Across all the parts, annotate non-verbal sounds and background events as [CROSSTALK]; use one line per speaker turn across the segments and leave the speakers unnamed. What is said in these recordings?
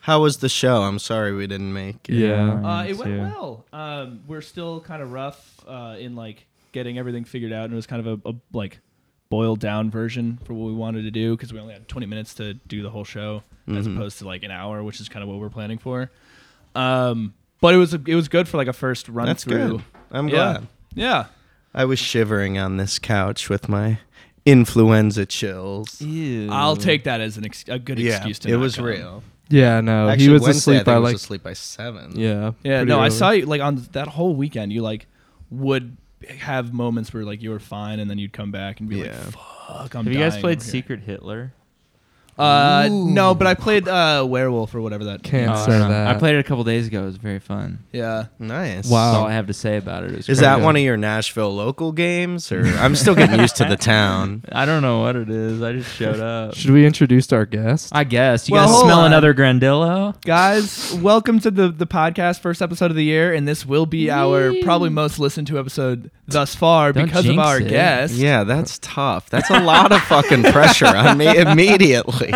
How was the show? I'm sorry we didn't make it.
Yeah.
Uh, it went
too.
well. Um, we're still kind of rough uh, in like getting everything figured out, and it was kind of a, a like boiled down version for what we wanted to do because we only had 20 minutes to do the whole show as
Mm-hmm.
opposed to like an hour, which is kind of what we're planning for. Um, but it was it was good for like a first run
That's
through.
good. I'm
yeah.
glad.
Yeah.
I was shivering on this couch with my influenza chills.
I'll take that as an ex- a good
yeah,
excuse to
it
not
was
come.
real.
Yeah, no,
Actually,
Oh, he was
Wednesday, I
asleep
think,
by
was
like.
asleep by seven.
Yeah.
Yeah,
pretty
no, I
early.
saw you like on that whole weekend. You like would have moments where like you were fine, and then you'd come back and be like,
Yeah.
"Fuck, I'm."
Have you guys
dying
played
over here."
Secret Hitler?
Uh, no, but I played uh werewolf or whatever that.
Can't
game's
say
called.
that.
I played it a couple days ago. It was very fun.
Yeah,
Nice.
Wow.
That's
Oh.
all I have to say about it. It was
Is
great.
that one of your Nashville local games? Or [LAUGHS] I'm still getting used to the
[LAUGHS]
town.
I don't know what it is. I just
[LAUGHS]
showed up.
Should we introduce our guest?
I guess you
Well,
guys
hold
smell
on.
another Grandillo.
guys, welcome to the the podcast, first episode of the year, and this will be our probably most listened to episode thus far
Don't
because of
jinx
our
it.
guest.
Yeah, that's tough. That's a lot of fucking pressure on me immediately.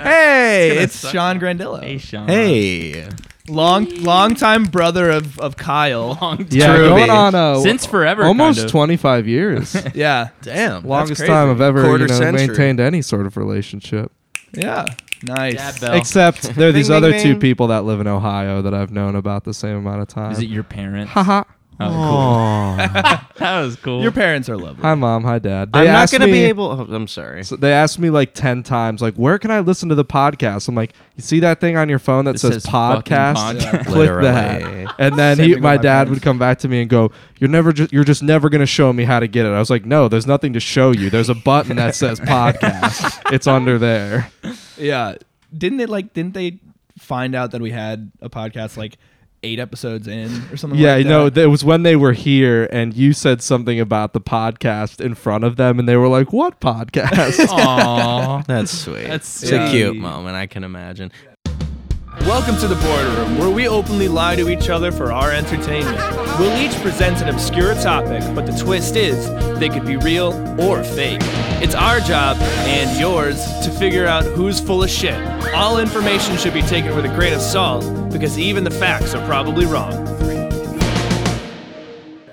Hey, it's,
suck.
Sean Grandillo,
Hey, Sean.
Hey.
long long time brother of of Kyle.
Yeah,
True.
going on uh,
[LAUGHS] Since forever,
almost
kind of.
25
[LAUGHS]
years.
Yeah,
Damn.
Longest
crazy.
time I've ever
Quarter
you know,
century.
maintained any sort of relationship.
yeah, nice.
Dab
[LAUGHS]
bell.
Except there are these
Ding,
other
ding,
two
ding.
people that live in Ohio that I've known about the same amount of time.
Is it your parents?
Haha.
Oh,
Aw.
cool. [LAUGHS] That was cool.
Your parents are lovely.
Hi, mom. Hi, dad. They
I'm not
asked
going to
me-
be able. Oh, I'm sorry.
So they asked me like 10 times, like, where can I listen to the podcast? I'm like, you see that thing on your phone that
It
says,
says fucking
podcast?
[LAUGHS]
podcast.
Click that.
Literally.
And then
Same
he,
thing with
my
my
dad
parents.
would come back to me and go, you're never, ju- you're just never going to show me how to get it. I was like, no, there's nothing to show you. There's a button that
[LAUGHS]
says podcast. it's under there.
Yeah. Didn't it like didn't they find out that we had a podcast like eight episodes in or something [LAUGHS]
Yeah,
like that?
no, it was when they were here and you said something about the podcast in front of them and they were like,
[LAUGHS]
what podcast?
[LAUGHS]
Oh,
Aw.
That's sweet.
That's
It's a cute
sweet.
moment. I can imagine.
Welcome to the boardroom, where we openly lie to each other for our entertainment. We'll each present an obscure topic, but the twist is they could be real or fake. It's our job and yours to figure out who's full of shit. All information should be taken with a grain of salt, because even the facts are probably wrong.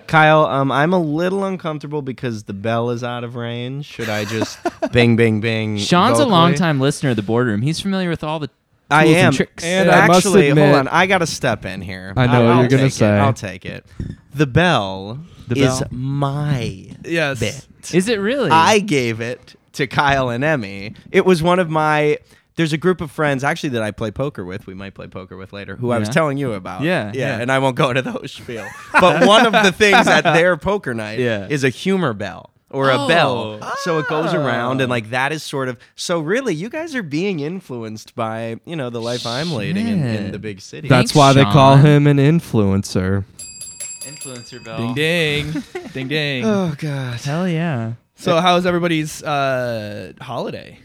Kyle, um, I'm a little uncomfortable because the bell is out of range. Should I just
[LAUGHS]
bing, bing, bing?
Sean's a
vocally?
long time listener of the boardroom. He's familiar with all the.
I
tools and
am.
tricks.
And I must
actually, hold
admit-
on. I got to step in here.
I know what
I'll
you're gonna
take it.
say.
I'll take it. The bell
The
is
bell.
my
Yes.
bit.
Is it really?
I gave it to Kyle and Emmy. It was one of my. There's a group of friends actually that I play poker with. We might play poker with later. Who I was
Yeah.
telling you about.
Yeah,
yeah,
yeah.
And I won't go into the whole spiel. But one of the things at their poker night
Yeah.
is a humor bell or a
Oh.
bell. So it goes around and like that is sort of. So really, you guys are being influenced by you know the life I'm leading in, in
Shit.
the big city.
That's
Thanks,
why they call
Sean.
him an influencer.
Influencer
Ding [LAUGHS]
bell.
ding, ding ding.
oh god.
Hell yeah.
So how was everybody's uh, holiday?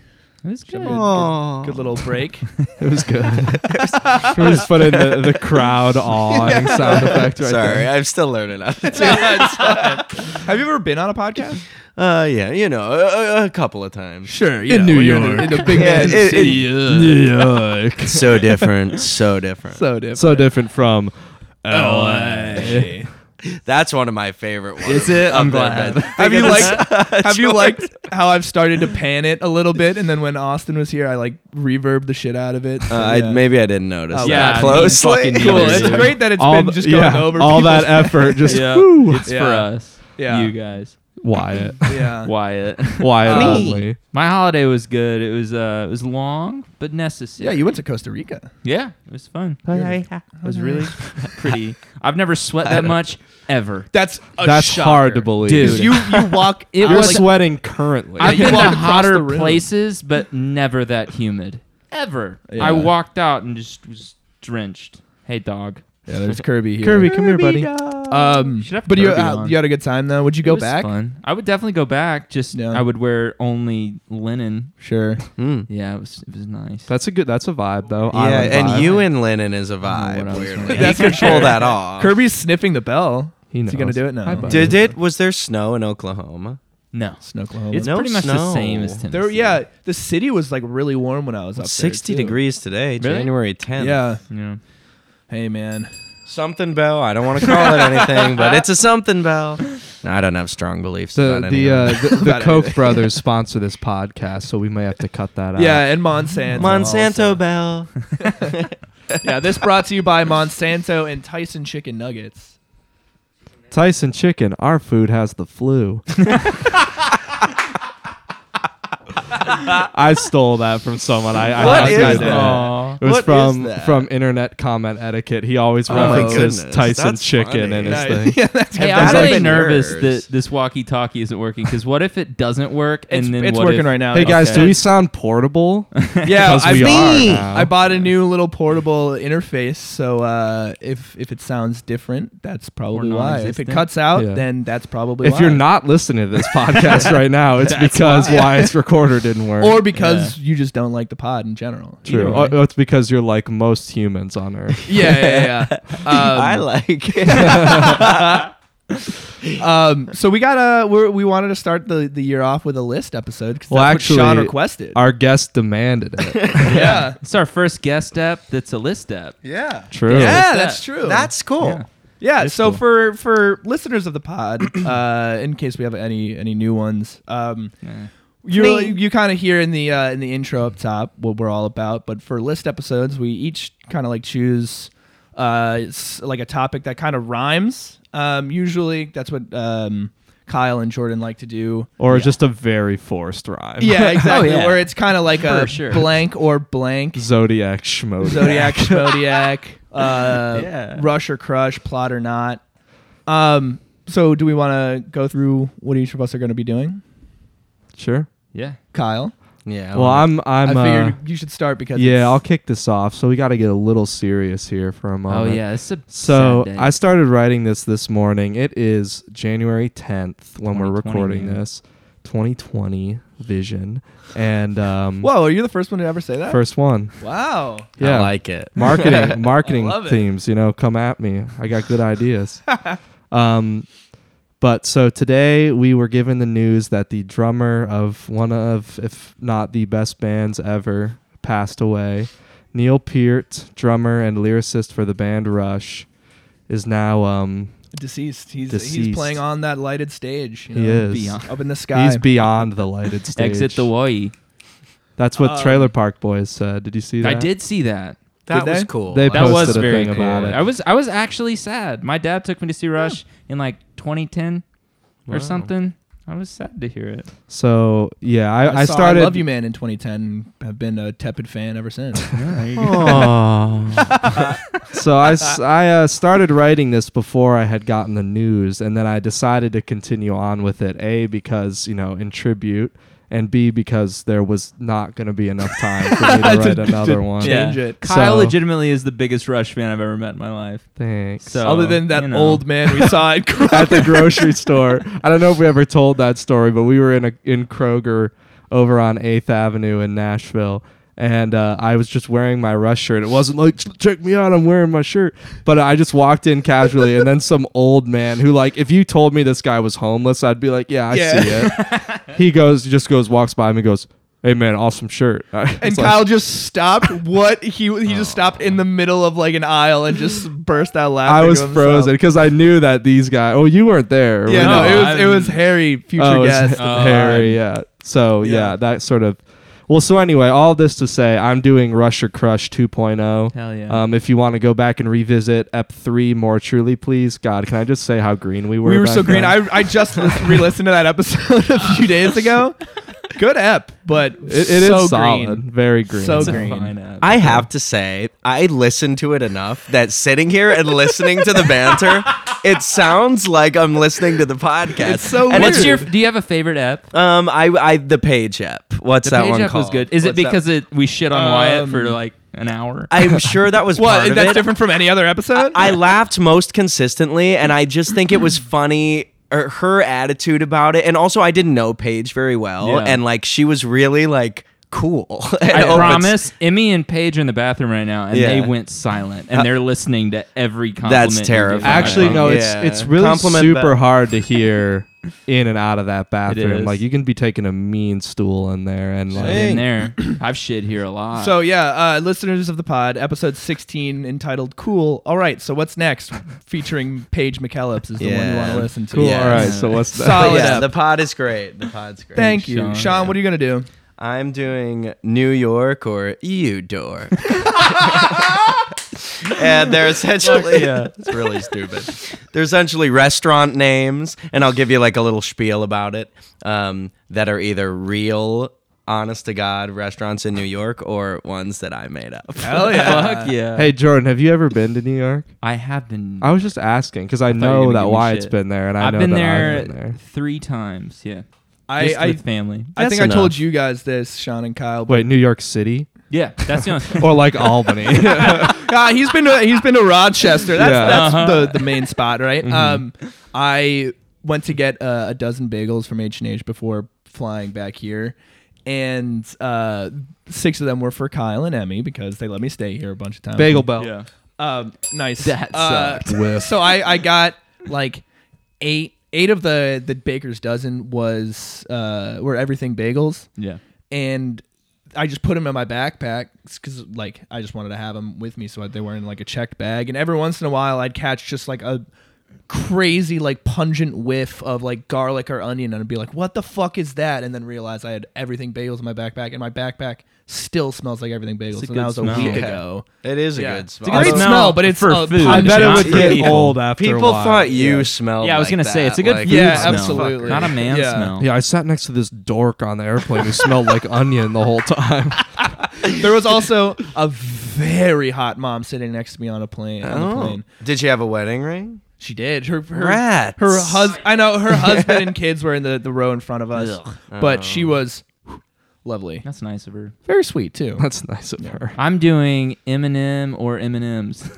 It was good.
Oh.
Good little
[LAUGHS]
break.
It
[LAUGHS]
was good. we just put in the, the crowd awing sound effect right
Sorry,
there.
I'm still learning [LAUGHS] Uh, how to do
Have you ever been on a podcast?
Uh, yeah, you know, a- a, a couple of times.
Sure.
In know, New when you're in the- York.
in the big
Yeah, man's
[LAUGHS]
it- city,
New York.
so different, so different.
so different.
So different from Oh,
LA.
That's one of my favorite ones. Oh,
Is it?
Of
I'm
the-
glad.
the-
Have you liked? [LAUGHS] Have you
Sure.
liked how I've started to pan it a little bit, and then when Austin was here, I like reverb the shit out of it.
Uh,
So,
I,
yeah.
maybe I didn't notice.
Oh,
that
yeah,
closely.
[LAUGHS]
fucking
cool.
neither
It's
do.
great that it's
all,
been just
th-
going
yeah,
over
all
[LAUGHS]
that
people's-
effort. Just
Yeah.
whew.
It's for
Yeah.
us.
Yeah. Uh,
You guys.
Wyatt.
Yeah.
Wyatt.
[LAUGHS]
Um,
Wyatt
Me.
only.
My holiday was good. It was uh, it was long but necessary.
Yeah, you went to Costa Rica.
Yeah, it was fun. It was really [LAUGHS] pretty. I've never
[LAUGHS]
sweat that much ever.
That's a
That's
shocker.
hard to believe.
Dude.
You you walk.
It
out,
You're
was-
like,
sweating currently.
I've
you
been
walked
to
across the
hotter
room.
places, but never that humid ever.
Yeah.
I walked out and just was drenched. Hey, dog.
yeah,
[LAUGHS]
there's Kirby here.
[LAUGHS] Kirby, come here, buddy.
Um,
Should have
but you
Kirby
uh,
on.
you had a good time though. Would you go
It was
back?
Fun. I would definitely go back. Just
Yeah.
I would wear only linen.
Sure.
Mm.
Yeah, it was it was nice.
That's a good. That's a vibe though.
Yeah,
Island
and
vibe.
you and Lennon is a vibe.
what I was
Weirdly,
thinking.
you
That's for
can pull
sure.
that off.
Kirby's sniffing the bell.
He
Is he gonna
knows.
do it now?
Hi, buddy.
Did it? Was there snow in Oklahoma?
No.
Snoklahoma.
It's
No
pretty much the
snow.
same as Tennessee.
There, yeah, the city was like really warm when I was up there.
60
too.
degrees today,
Really?
January 10th.
Yeah.
Yeah.
Hey, man.
Something bell. I don't want to call it anything, but it's a something bell. No, I don't have strong beliefs
The
about any
the uh,
[LAUGHS]
of that.
the, the Koch brothers sponsor this podcast, so we may have to cut that out.
Yeah, and
[LAUGHS]
Monsanto.
Monsanto
also.
bell.
yeah, this brought to you by Monsanto and Tyson Chicken [LAUGHS] Nuggets.
Tyson Chicken, our food has the flu.
[LAUGHS]
I stole that from someone. I, I
What
was
is
gonna
that?
do that.
Aw.
It was
What is
from
that?
from internet comment etiquette. He always
Oh my
references
goodness,
Tyson
that's
Chicken
funny.
in his
Nice.
thing.
yeah, that's
Hey,
If
I'm
that's
really
like
nervous
yours.
that this walkie-talkie isn't working. Because what if it doesn't work? And
it's,
then
it's
what
working
if-
right now.
Hey guys,
Okay.
do
[LAUGHS]
we sound portable?
Yeah,
Because
I,
we
think-
are. now.
I bought a new little portable interface, so uh, if if it sounds different, that's probably why. If it
non-existent.
cuts out,
Yeah.
then that's probably
if
why.
you're not listening to this podcast right now, it's because why its recorder didn't work.
or because you just don't like the pod in general.
True.
Either way.
Or- or it's because you're like most humans
[LAUGHS]
on Earth.
yeah, yeah,
[LAUGHS]
yeah. yeah. Um,
[LAUGHS] I like it.
[LAUGHS] um, so we got a we're, we wanted to start the, the year off with a list episode because
Well,
that's
actually,
what Sean requested.
Our guest demanded
[LAUGHS]
it.
yeah,
It's our first guest app. That's a list app.
yeah,
True.
yeah.
What's
That's
that?
true.
That's cool.
yeah. So for for listeners of the pod, uh, in case we have any any new ones, um,
Yeah.
you
Me.
you kind of hear in the uh, in the intro up top what we're all about. But for list episodes, we each kind of like choose uh, s- like a topic that kind of rhymes. Um, usually, that's what um, Kyle and Jordan like to do.
Or just a very forced
[LAUGHS]
rhyme.
Yeah, exactly.
yeah.
Where it's kind of like a
For sure.
blank or blank
[LAUGHS] Zodiac schmodiac.
zodiac, zodiac, uh,
Yeah.
rush or crush, plot or not. Um, so do we want to go through what each of us are going to be doing,
Sure.
Yeah.
Kyle?
Yeah.
Well, I'm.
i
I'm. uh,
figured you should start because
yeah, I'll
it's-
kick this off. So we got to get a little serious here for a
Oh
moment.
yeah. It's a
So
sad day.
I started writing this this morning. It is January 10th when we're
2020,
recording
man.
this. 2020 vision and um,
Whoa, are you the first one to ever say that?
first one.
Wow.
Yeah.
I like it.
marketing marketing
love it.
themes you know come at me i got good ideas um but so today we were given the news that the drummer of one of if not the best bands ever passed away neil peart drummer and lyricist for the band rush is now um
Deceased. He's he's
Deceased.
playing on that lighted stage. You
he
know,
is
beyond-
Up in the sky.
he's beyond the lighted stage
exit the Hawaii.
that's what
Um,
trailer park boys said did you see that
I did see that.
That
Did
was
they?
cool.
They
I
That
posted
was
a thing
very cool.
about it.
I was I was actually sad. My dad took me to see Rush in like 2010
Wow.
or something. I was sad to hear it.
so yeah i, I,
saw
started
I Love You Man in 2010. Have been a tepid fan ever
[LAUGHS]
since.
[LAUGHS]
so I, s- I, uh, started writing this before I had gotten the news, and then I decided to continue on with it. A because you know in tribute, and B because there was not going to be enough time for me to write another one.
Yeah. Change it.
Kyle
So-
legitimately is the biggest Rush fan I've ever met in my life.
Thanks.
So
Other than that
you know.
old man we saw
[LAUGHS]
at Kroger.
At the grocery store, I don't know if we ever told that story, but we were in a in Kroger over on Eighth Avenue in Nashville. And uh, I was just wearing my Rush shirt. It wasn't like, "Ch- check me out, I'm wearing my shirt. But I just walked in casually, and then some old man who, like, if you told me this guy was homeless, I'd be like, yeah, I
Yeah.
see
[LAUGHS]
it. he goes, just goes, walks by me, and goes, hey man, awesome shirt. [LAUGHS]
And Kyle just stopped. What he he
Oh.
just stopped in the middle of like an aisle and just burst out laughing.
I was
to himself.
frozen because I knew that these guys. Oh, you weren't there.
uh, Yeah,
We're
no,
not-
it was it
I'm-
was Harry, future
Oh, it's
guest. Uh,
Oh,
[LAUGHS] Harry, yeah. So yeah.
Yeah.
that sort of. Well, so anyway, all this to say, I'm doing Rush or Crush 2.0.
Hell yeah.
Um, if you want to go back and revisit Ep three more truly, please. God, can I just say how green we were?
we were
back
so green.
then?
I I
[LAUGHS]
just lis- re-listened to that episode [LAUGHS] a few days ago. Good ep, but
It- it is
so
solid,
green.
very green.
So
It's a
green.
fine app.
[LAUGHS] I have to say, I listened to it enough that sitting here and listening to the banter, it sounds like I'm listening to the podcast.
It's so
and
weird.
What's your? Do you have a favorite app?
um, I, I the page app. What's
The
that
page
one
app
called?
was good. Is it
What's that-
because it we shit on Wyatt for
Um,
like an hour?
[LAUGHS] I'm sure that
[LAUGHS]
was part
What?
of
That's
it.
different from any other episode.
I [LAUGHS] laughed most consistently, and I just think it was funny. er, Her attitude about it, and also I didn't know Paige very well,
Yeah.
and like she was really like cool. [LAUGHS] And
I
open-
promise. Emmy and Paige are in the bathroom right now, and
Yeah.
they went silent, and they're listening to every compliment. you give
terrifying.
them.
Actually, no,
Yeah.
it's it's really
Compliment
super
that.
hard to hear [LAUGHS] in and out of that bathroom.
is.
Like you can be taking a mean stool in there and like
in there. I've shit here a lot.
So yeah, uh, listeners of the pod, episode 16, entitled "Cool." All right, so what's next? Featuring Paige McKellips is the one you
Yeah.
want to listen to.
Cool, Yeah. all right.
So what's
that? Solid
yeah,
up.
the pod is great. The pod's great.
Thank you, Sean.
Sean,
What are you gonna do?
I'm doing New York or EU door. and they're essentially it's really stupid. They're essentially restaurant names, and I'll give you like a little spiel about it. Um, that are either real, honest to God restaurants in New York or ones that I made up.
Hell Oh, [LAUGHS] yeah!
fuck
[LAUGHS]
yeah.
Hey Jordan, have you ever been to New York?
I have been.
I was just asking because I,
thought you
know
were gonna
that
give me
Wyatt's
shit.
been there, and I
I've
know
been,
that
there
I've been there.
three times. Yeah,
I
Just
I,
with family.
I think
That's
I told
enough.
you guys this, Sean and Kyle. But
Wait, New York
[LAUGHS]
City
Yeah, that's the only.
or like [LAUGHS] Albany?
Ah, he's been to, he's been to Rochester. That's
Yeah.
that's
Uh-huh. Mm-hmm.
the the main spot, right? Um, I went to get uh, a dozen bagels from H and H before flying back here. And uh, six of them were for Kyle and Emmy because they let me stay here a bunch of times.
Bagel Bell.
yeah.
Um, nice.
That
Uh,
sucked.
Whiff.
so I, I got like eight eight of the the baker's dozen was uh were everything bagels
Yeah.
and I just put them in my backpack because like I just wanted to have them with me so they were in like a checked bag and every once in a while I'd catch just like a crazy like pungent whiff of like garlic or onion and I'd be like what the fuck is that and then realize I had everything bagels in my backpack and my backpack still smells like everything bagels
It's a
and that
good
was
smell.
a week
Yeah.
ago
It is a
Yeah.
good
It's a
spot.
great
Although
smell, but it's
for
a
food.
I bet it
Sean.
would get
People-
old after a
People
while.
thought you smelled.
Yeah, I was
like
gonna say
that,
it's a good
like-
food
Yeah,
smell,
absolutely.
not a man
Yeah.
smell.
Yeah, I sat next to this dork on the airplane who smelled
[LAUGHS]
like onion the whole time. [LAUGHS]
There was
[LAUGHS]
also a very hot mom sitting next to me on a plane. On the
Oh.
plane.
Did you have a wedding ring?
She did. Her her
Rats.
her hus- I know
[LAUGHS]
her husband and kids were in the, the row in front of us, but she
Oh.
was lovely,
That's nice of her.
very sweet too.
That's nice of her.
I'm doing Eminem or M&Ms,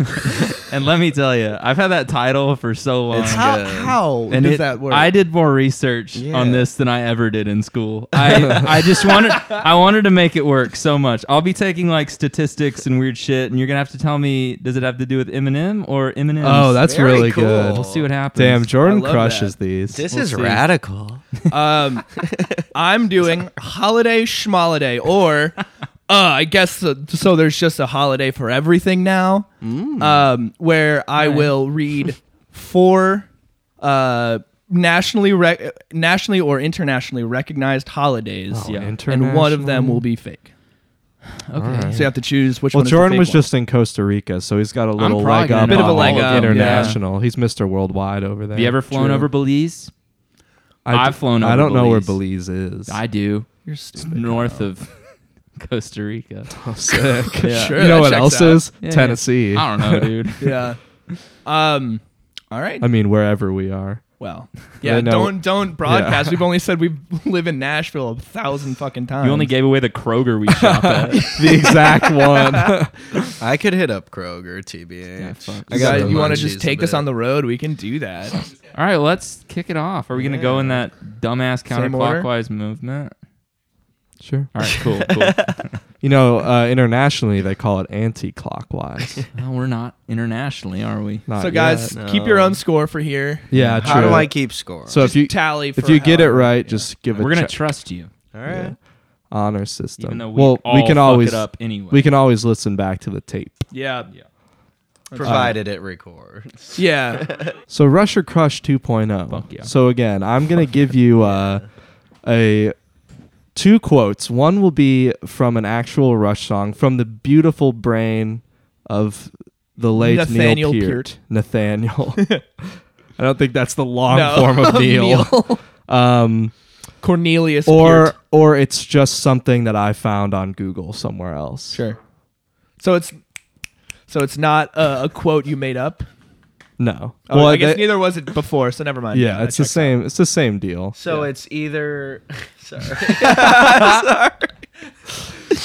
[LAUGHS] and let me tell you, I've had that title for so long.
It's
How
good.
how
and
does
it-
that work?
I did more research on
Yeah.
this than I ever did in school. I, I just wanted I wanted to make it work so much. I'll be taking like statistics and weird shit, and you're gonna have to tell me does it have to do with Eminem or Eminem?
Oh, that's
Very
really
cool.
good.
we'll see what happens.
Damn,
I
Jordan
love
crushes
that.
these.
This
We'll
is
see.
radical.
um, I'm doing holiday schmoliday,
[LAUGHS]
or uh, I guess the, so. There's just a holiday for everything now,
Mm.
um, where I
Right.
will read four uh, nationally rec- nationally or internationally recognized holidays,
Oh,
yeah.
and one of them will be fake.
Okay.
Alright.
So you have to choose which
Well,
one.
Jordan was
is the fake
just in Costa Rica, so he's got a little
probably
leg
gonna
up.
Bit of
on
a
all
leg up,
International. He's Mr. Worldwide over there.
Have you ever flown
True.
over Belize?
I
I've flown
I
over
don't know where
Belize.
Belize is. [LAUGHS]
I do.
one. You're
It's
stupid.
north of Costa Rica.
Oh, sick.
[LAUGHS] Yeah.
Sure,
you know
that
what
checks
else
out.
is
Yeah, yeah.
Tennessee.
I don't know, dude.
Yeah. Um. All right.
I mean, wherever we are. [LAUGHS]
Well. Yeah.
I know-
Don't don't broadcast. We've only said we
[LAUGHS]
live in Nashville a thousand fucking times.
You only gave away the Kroger we shop at.
The
[LAUGHS]
exact one.
I could hit up Kroger, TBH.
Yeah, fuck.
I
You,
got the
want to
munchies
just
a
take us
bit.
on the road? We can do that.
All right, let's kick it off. Are we gonna go in that dumbass
Same order?
counterclockwise movement?
sure.
All right, cool, cool.
You know, uh, internationally they call it
[LAUGHS]
anti-clockwise.
Well, we're not internationally, are we?
Not
so guys,
yet.
yet,
keep
no.
your own score for here.
yeah, true.
How do I keep score?
so if you
Tally. For
if you get it
however-
right, just give it.
We're gonna
check.
trust you,
all right.
honor system.
even though we,
well,
all
we can
fuck
always
it up anyway.
we can always listen back to the tape.
Yeah. Yeah.
Provided it [LAUGHS] records.
Yeah.
So Rush or Crush 2.0.
Fuck yeah.
So again, I'm gonna give you uh, a two quotes. One will be from an actual Rush song from the beautiful brain of the late
Nathaniel
Neil Peart.
Peart. [LAUGHS]
Nathaniel. I don't think that's the long
No. [LAUGHS]
form of Neil. [LAUGHS] Um,
Cornelius.
or
Peart.
or it's just something that I found on Google somewhere else.
sure. So it's so it's not a, a quote you made up.
No.
Oh, I guess
they-
neither was it before. So never mind.
yeah, it's the
that checks out.
same. It's the same
[LAUGHS]
deal.
So it's either sorry.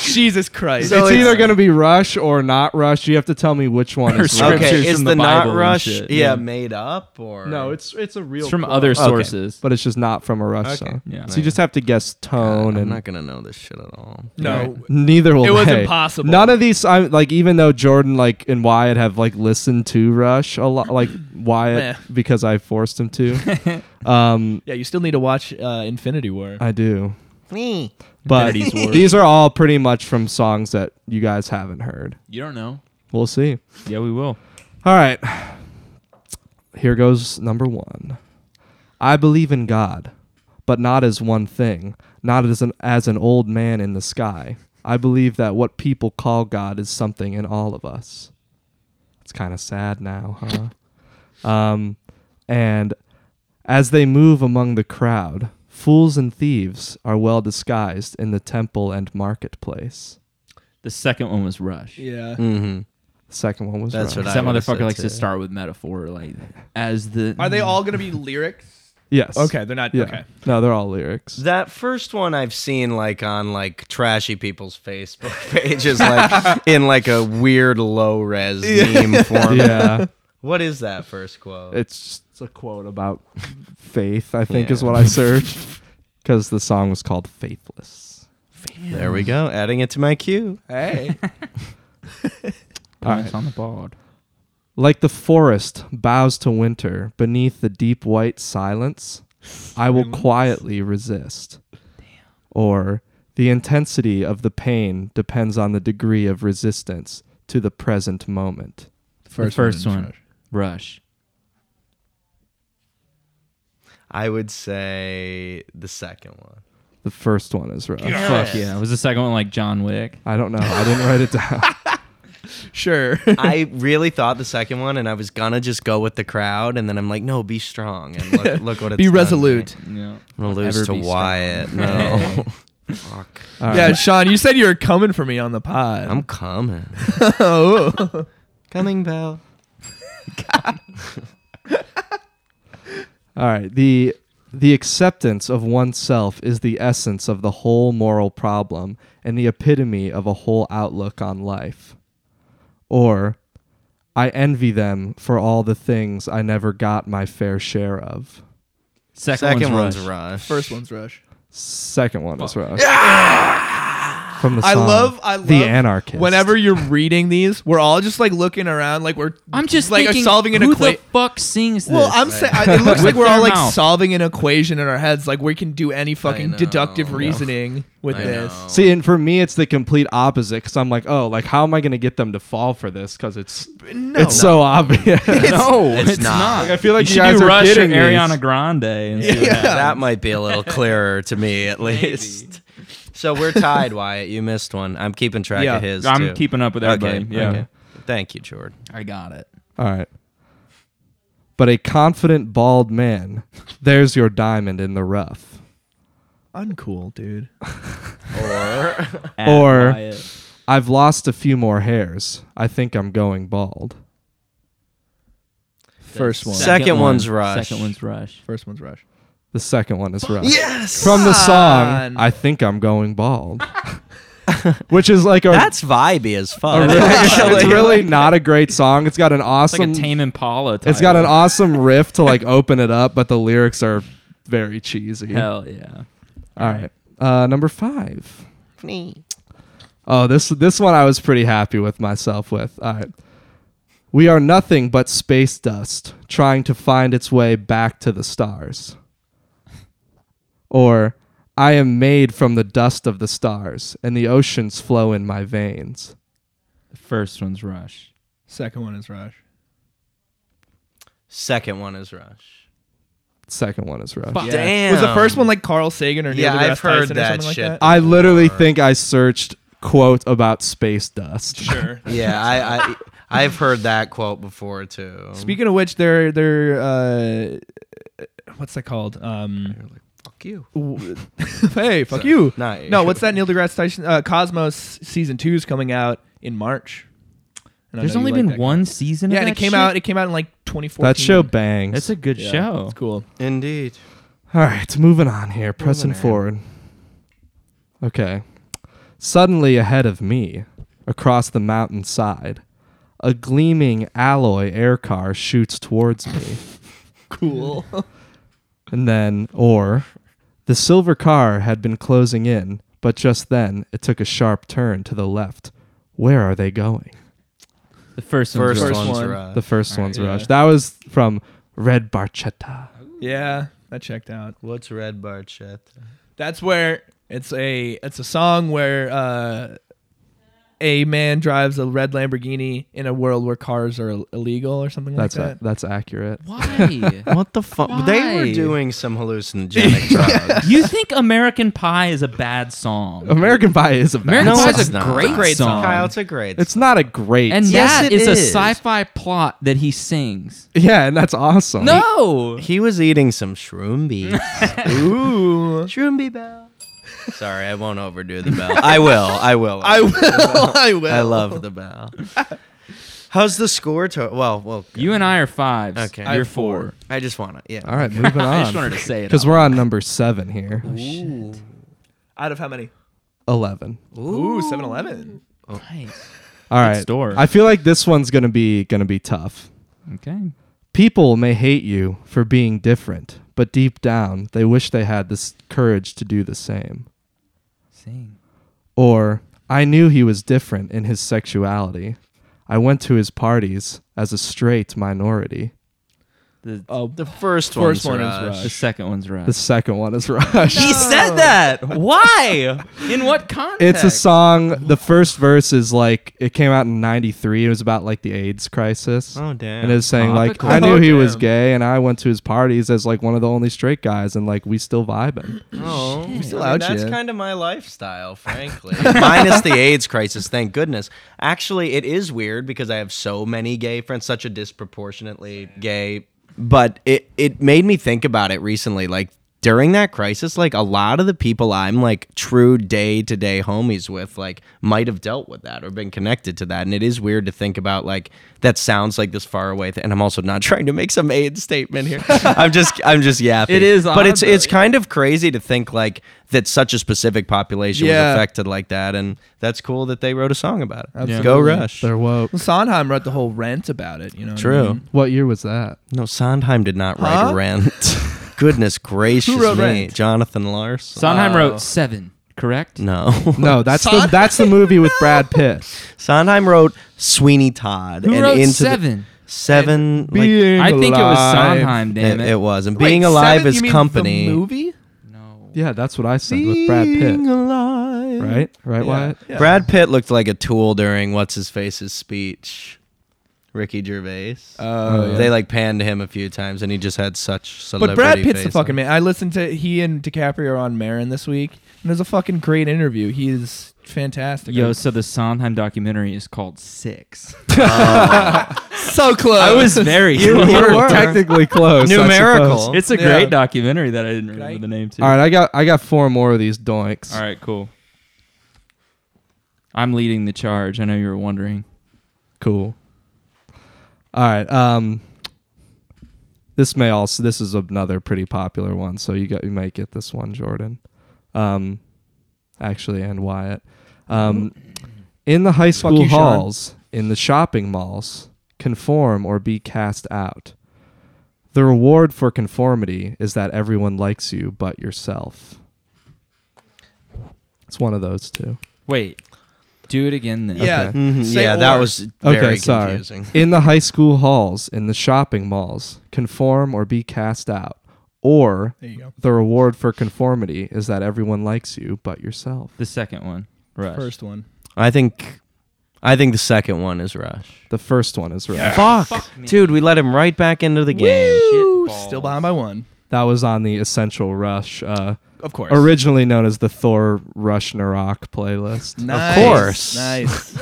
Jesus Christ.
So
it's
it's-
either gonna be Rush or not Rush. You have to tell me which one
Or
is
script.
Rush.
Scriptures
okay, is
from
the,
the Bible
not
and
rush
shit,
yeah,
yeah.
made up or
No, it's it's a real.
It's from
quote,
other
Okay.
sources.
but it's just not from a Rush
Okay.
song.
Yeah.
so you just have to guess tone
I'm
and
not gonna know this shit at all.
[LAUGHS]
no.
Neither will
It was
they.
impossible.
None of these. I like even though Jordan like and Wyatt have like listened to Rush a lot, like Wyatt
Meh.
because I forced him to. um,
Yeah, you still need to watch uh, Infinity War.
I do,
Me.
but
Infinity's War.
these are all pretty much from songs that you guys haven't heard.
You don't know.
We'll see.
Yeah, we will.
All right, here goes number one. I believe in God, but not as one thing, not as an as an old man in the sky. I believe that what people call God is something in all of us. It's kind of sad now, huh? Um, and as they move among the crowd, fools and thieves are well disguised in the temple and marketplace.
The second one was Rush.
yeah.
Mm-hmm.
The second one was
That's
right.
what I
That
would've
motherfucker
said
likes
too.
to start with metaphor, like as the.
Are they all going to be lyrics?
yes.
Okay, they're not.
Yeah.
Okay.
No, they're all lyrics.
That first one I've seen like on like trashy people's Facebook [LAUGHS] pages,
[LAUGHS]
like in like a weird low res meme form.
yeah.
What is that first quote?
It's just a quote about faith, I think, is
Yeah.
what I searched because the song was called Faithless.
there we go, adding it to my queue.
Hey.
Points on the board?
Like the forest bows to winter beneath the deep white silence, I will quietly resist. Or the intensity of the pain depends on the degree of resistance to the present moment.
First, first one, Rush.
[LAUGHS] I would say the second one.
The first one is rough.
Fuck yeah! Was the second one like John Wick?
I don't know. I didn't write it down.
Sure.
I really thought the second one, and I was gonna just go with the crowd, and then I'm like, no, be strong and look, look what it's
Be
done to me.
resolute.
Yeah.
I'm gonna
Ever
lose to
be strong.
Wyatt. No, fuck.
All right.
Yeah, Sean, you said you were coming for me on the pod. [LAUGHS]
I'm coming.
oh.
Coming, Bell.
All right. The the acceptance of oneself is the essence of the whole moral problem and the epitome of a whole outlook on life. Or I envy them for all the things I never got my fair share of.
Second,
Second
one's,
one's,
Rush.
[LAUGHS]
Rush.
First one's Rush.
Second one is Rush. From the
I
song,
love- I love
the anarchist.
Whenever you're reading these, we're all just like looking around, like we're
I'm just
like
thinking,
solving an
who
equation.
the fuck sings this?
Well, I'm saying I- it looks like
With
we're all
their
like
mouth.
solving an equation in our heads. Like we can do any fucking
know.
deductive
Yeah.
reasoning with
I
this.
know.
See, and for me, it's the complete opposite because I'm like, oh, like how am I going to get them to fall for this? Because it's
No,
it's
[LAUGHS]
so obvious. [LAUGHS]
no,
It's
it's,
not.
not.
I feel like you,
you should
guys
do
are
Rush or
getting these.
Ariana Grande. And see what
Yeah.
happens.
That might be a little clearer to me, at least. So we're tied, Wyatt. You missed one. I'm keeping track
Yeah,
of [LAUGHS] his.
I'm
too.
keeping up with everybody.
Okay,
yeah,
okay. Thank you, Jordan.
I got it.
All right. But a confident bald man, there's your diamond in the rough.
uncool, dude.
Or
At
Or-
Wyatt.
I've lost a few more hairs. I think I'm going bald.
First one.
Sec- Second one's
one.
Rush.
Second one's Rush.
First one's Rush.
The second one is rough.
yes,
From the song,
Son.
I think I'm going bald. [LAUGHS] Which is like a,
that's vibey as
a
fuck. [LAUGHS]
[LAUGHS]
really, it's really not a great song. It's got an
It's like
awesome
a Tame Impala. Title.
It's got an awesome riff to like open it up, but the lyrics are very cheesy.
hell yeah.
All right. Uh, number 5.
really
Oh, this this one I was pretty happy with myself with. All right. We are nothing but space dust trying to find its way back to the stars. Or I am made from the dust of the stars and the oceans flow in my veins.
The first one's Rush.
Second one is Rush.
Second one is Rush.
Second one is rough.
Fuck.
Yeah.
Damn.
Was the first one like Carl Sagan or Neil
Yeah,
deGrasse
I've heard
Tyson or
that
something like
shit.
that?
I literally think I searched quote about space dust.
Sure.
Yeah, I, I I've heard that quote before too.
Speaking of which, they're they're uh, what's that called? Um, [LAUGHS]
fuck you.
w- hey, fuck you.
Nah, you
no,
should-
what's that? Neil deGrasse Tyson uh, Cosmos season two is coming out in March. And I
There's
know
only
you like
been
that
one season.
Yeah,
of
and
that
it came
shit?
out. It came out in like 2014.
That show bangs.
That's a good
Yeah,
show.
It's cool.
Indeed.
All right, moving on here, pressing
on.
forward. Okay. Suddenly ahead of me, across the mountain side, a gleaming alloy air car shoots towards
[LAUGHS]
me.
Cool.
And then, or, the silver car had been closing in, but just then it took a sharp turn to the left. Where are they going?
The first, one's
First,
right.
one's
one.
right.
The first one's
Uh, yeah.
rush. That was from Red Barchetta.
[LAUGHS] Yeah, that checked out.
What's Red Barchetta?
That's where it's a it's a song where uh, a man drives a red Lamborghini in a world where cars are ill- illegal or something
That's
like
a, that's accurate.
Why?
[LAUGHS] What the fuck? Oh, They were
Why?
doing some [LAUGHS] hallucinogenic drugs.
you think American Pie is a bad song?
American Pie is a bad
American
No,
Pie
it's
is a
not.
great,
Great
song.
song.
Kyle, it's a great.
It's not a great.
and
Yes,
that
it
is, a
is.
sci-fi plot that he sings.
yeah, and that's awesome.
No.
he was eating some shroom beef.
that. Ooh,
shroom bee bell. Sorry, I won't overdo the bell. I will. I will.
I will, I will.
I love the bell. How's the score to? Well, well.
You and I are fives.
Okay. I
You're
have
four.
I just wanna. Yeah.
All right, moving
[LAUGHS] I just wanted
on.
to say
[LAUGHS]
it. Oh,
Because
out
we're on number seven here.
Out of how many?
Eleven.
Ooh, Seven Eleven.
loud. Right.
All right.
store.
I feel like this one's gonna be gonna be tough.
Okay.
People may hate you for being different, but deep down they wish they had this courage to do the same.
Sing.
Or I knew he was different in his sexuality. I went to his parties as a straight minority.
The,
Oh,
The first,
First
one's
one is
Rush.
Rush.
the second one's right.
The second one is [LAUGHS] Rush.
He said that. Why? In what context?
It's a song. The first verse is like it came out in '93. It was about like the AIDS crisis.
Oh, damn.
And it's saying like I
Topical.
knew he
Oh,
was
damn.
gay, and I went to his parties as like one of the only straight guys, and like we still vibing.
Oh,
still
I mean,
out
that's
yet.
kind of my lifestyle, frankly. [LAUGHS] Minus the AIDS crisis, thank goodness. Actually, it is weird because I have so many gay friends, such a disproportionately gay. But it it made me think about it recently, like. During that crisis, like a lot of the people I'm like true day to day homies with, like might have dealt with that or been connected to that. And it is weird to think about, like, that sounds like this far away. Th- and I'm also not trying to make some AIDS statement [LAUGHS] here. I'm just, I'm just yapping.
It is
But
odd,
it's,
though,
it's
yeah.
kind of crazy to think like that such a specific population
Yeah.
was affected like that and that's cool that they wrote a song about it
Absolutely.
go rush
They're woke.
Well, Sondheim wrote the whole Rent about it. You know. what I
True.
mean?
What year was that?
no sondheim did not write
Huh?
rent goodness gracious
wrote
me
Rent?
jonathan larson
Sondheim
Oh.
wrote seven. Correct.
no
No, that's the that's the movie with Brad Pitt.
[LAUGHS] sondheim wrote sweeney todd
Who
and
wrote
into the-
seven?
seven like,
I think it was
alive.
Sondheim. Damn
it,
it.
it was and
Wait,
being alive
Seven,
is
you mean
company
The movie.
No.
Yeah, that's what I said with Brad Pitt.
Being alive
Right, right,
Yeah.
Wyatt.
Yeah.
brad pitt looked like a tool during what's his face's speech ricky gervais
Oh, yeah.
They like panned him a few times, and he just had such
But
celebrity.
Brad Pitt's the
face.
fucking man. I listened to he and DiCaprio are on Marin this week, and it was a fucking great interview. He is fantastic.
Yo, so the Sondheim documentary is called Six.
so close.
I was [LAUGHS] very
You
close.
were technically
Oh,
close. I
Numerical.
suppose.
It's a
Yeah.
great documentary that I didn't remember
Right?
the name to.
All right, I got I got four more of these doinks.
All right, cool. I'm leading the charge. I know you were wondering.
Cool. All right. Um, this may also this is another pretty popular one, so you got you might get this one, Jordan. Um, actually, and Wyatt. Um, in the high school
you, Sean.
halls, in the shopping malls, conform or be cast out. The reward for conformity is that everyone likes you but yourself. It's one of those two.
Wait, do it again then.
Yeah.
[LAUGHS] Okay.
Mhm,
Say
Yeah, that
or.
was
Okay,
very
sorry.
confusing. [LAUGHS]
In the high school halls, in the shopping malls, conform or be cast out. Or
There you go.
the reward for conformity is that everyone likes you but yourself.
The second one. Rush.
First one.
I think, I think the second one is Rush.
The first one is right.
Fuck,
me.
dude, we let him right back into the game.
Ooh,
balls.
still behind by one.
That was on the Essential Rush, uh,
Of course.
originally known as the Thor Rush Narok playlist.
Nice,
course.
Nice.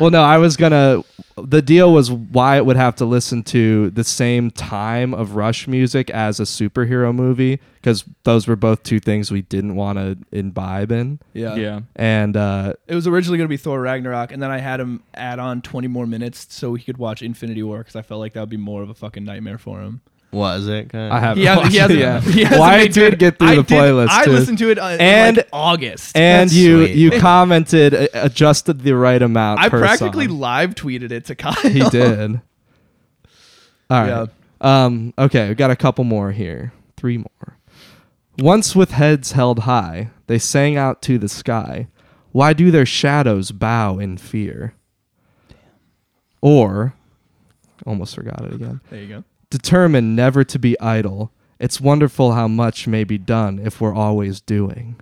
Well, no, I was gonna. The deal was Wyatt would have to listen to the same time of Rush music as a superhero movie because those were both two things we didn't want to imbibe in.
yeah.
Yeah.
And uh,
It was originally going to be Thor Ragnarok, and then I had him add on 20 more minutes so he could watch Infinity War because I felt like that would be more of a fucking nightmare for him.
[LAUGHS] Was it? Kinda?
I haven't.
He has,
watched
he has,
it yet.
[LAUGHS] he has
well, I did get through
I
the
did-
playlist.
I
too.
listened to it uh, in
And-
like August.
and
That's
you
sweet.
[LAUGHS]
you commented uh, adjusted the right amount.
I
per
practically [LAUGHS]
song.
live tweeted it to Kyle.
[LAUGHS] he
[LAUGHS]
did. All right. Um. Okay. We got a couple more here. Three more. Once with heads held high, they sang out to the sky. Why do their shadows bow in fear? Or, almost forgot it again.
There you go.
Determined never to be idle. It's wonderful how much may be done if we're always doing.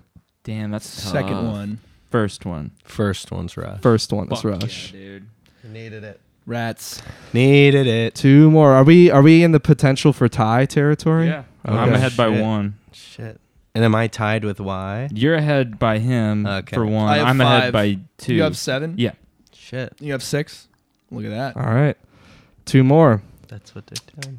Damn, that's
Second
tough.
one.
First one.
First one's rough.
First one is
Fuck yeah,
Rush.
dude.
Needed it.
Rats.
Needed it.
Two more. Are we are we in the potential for tie territory?
Yeah. I'm
Okay.
ahead by
Shit.
one.
Shit. And am I tied with Y?
You're ahead by him
Okay.
for one.
I have
I'm
five.
ahead by two.
You have seven.
yeah.
Shit.
You have six. Look at that.
All right. Two more.
That's what they did.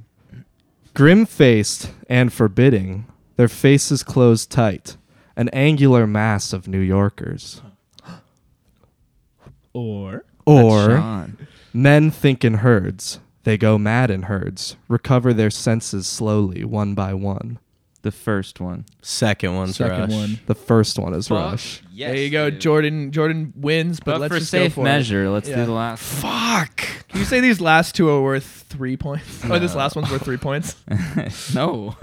Grim faced and forbidding, their faces closed tight, an angular mass of New Yorkers.
Or
That's
Or
Sean.
men think in herds. They go mad in herds, recover their senses slowly, one by one.
the first one.
Second one's
second
Rush.
one.
The first one is Rush.
Yes,
there you go. Jordan Jordan wins, but,
But,
let's
for
just
safe
go for it.
measure, let's
Yeah.
do the last.
Fuck.
Can you say these last two are worth three points? Or this
No.
last one's worth three
[LAUGHS]
points?
no.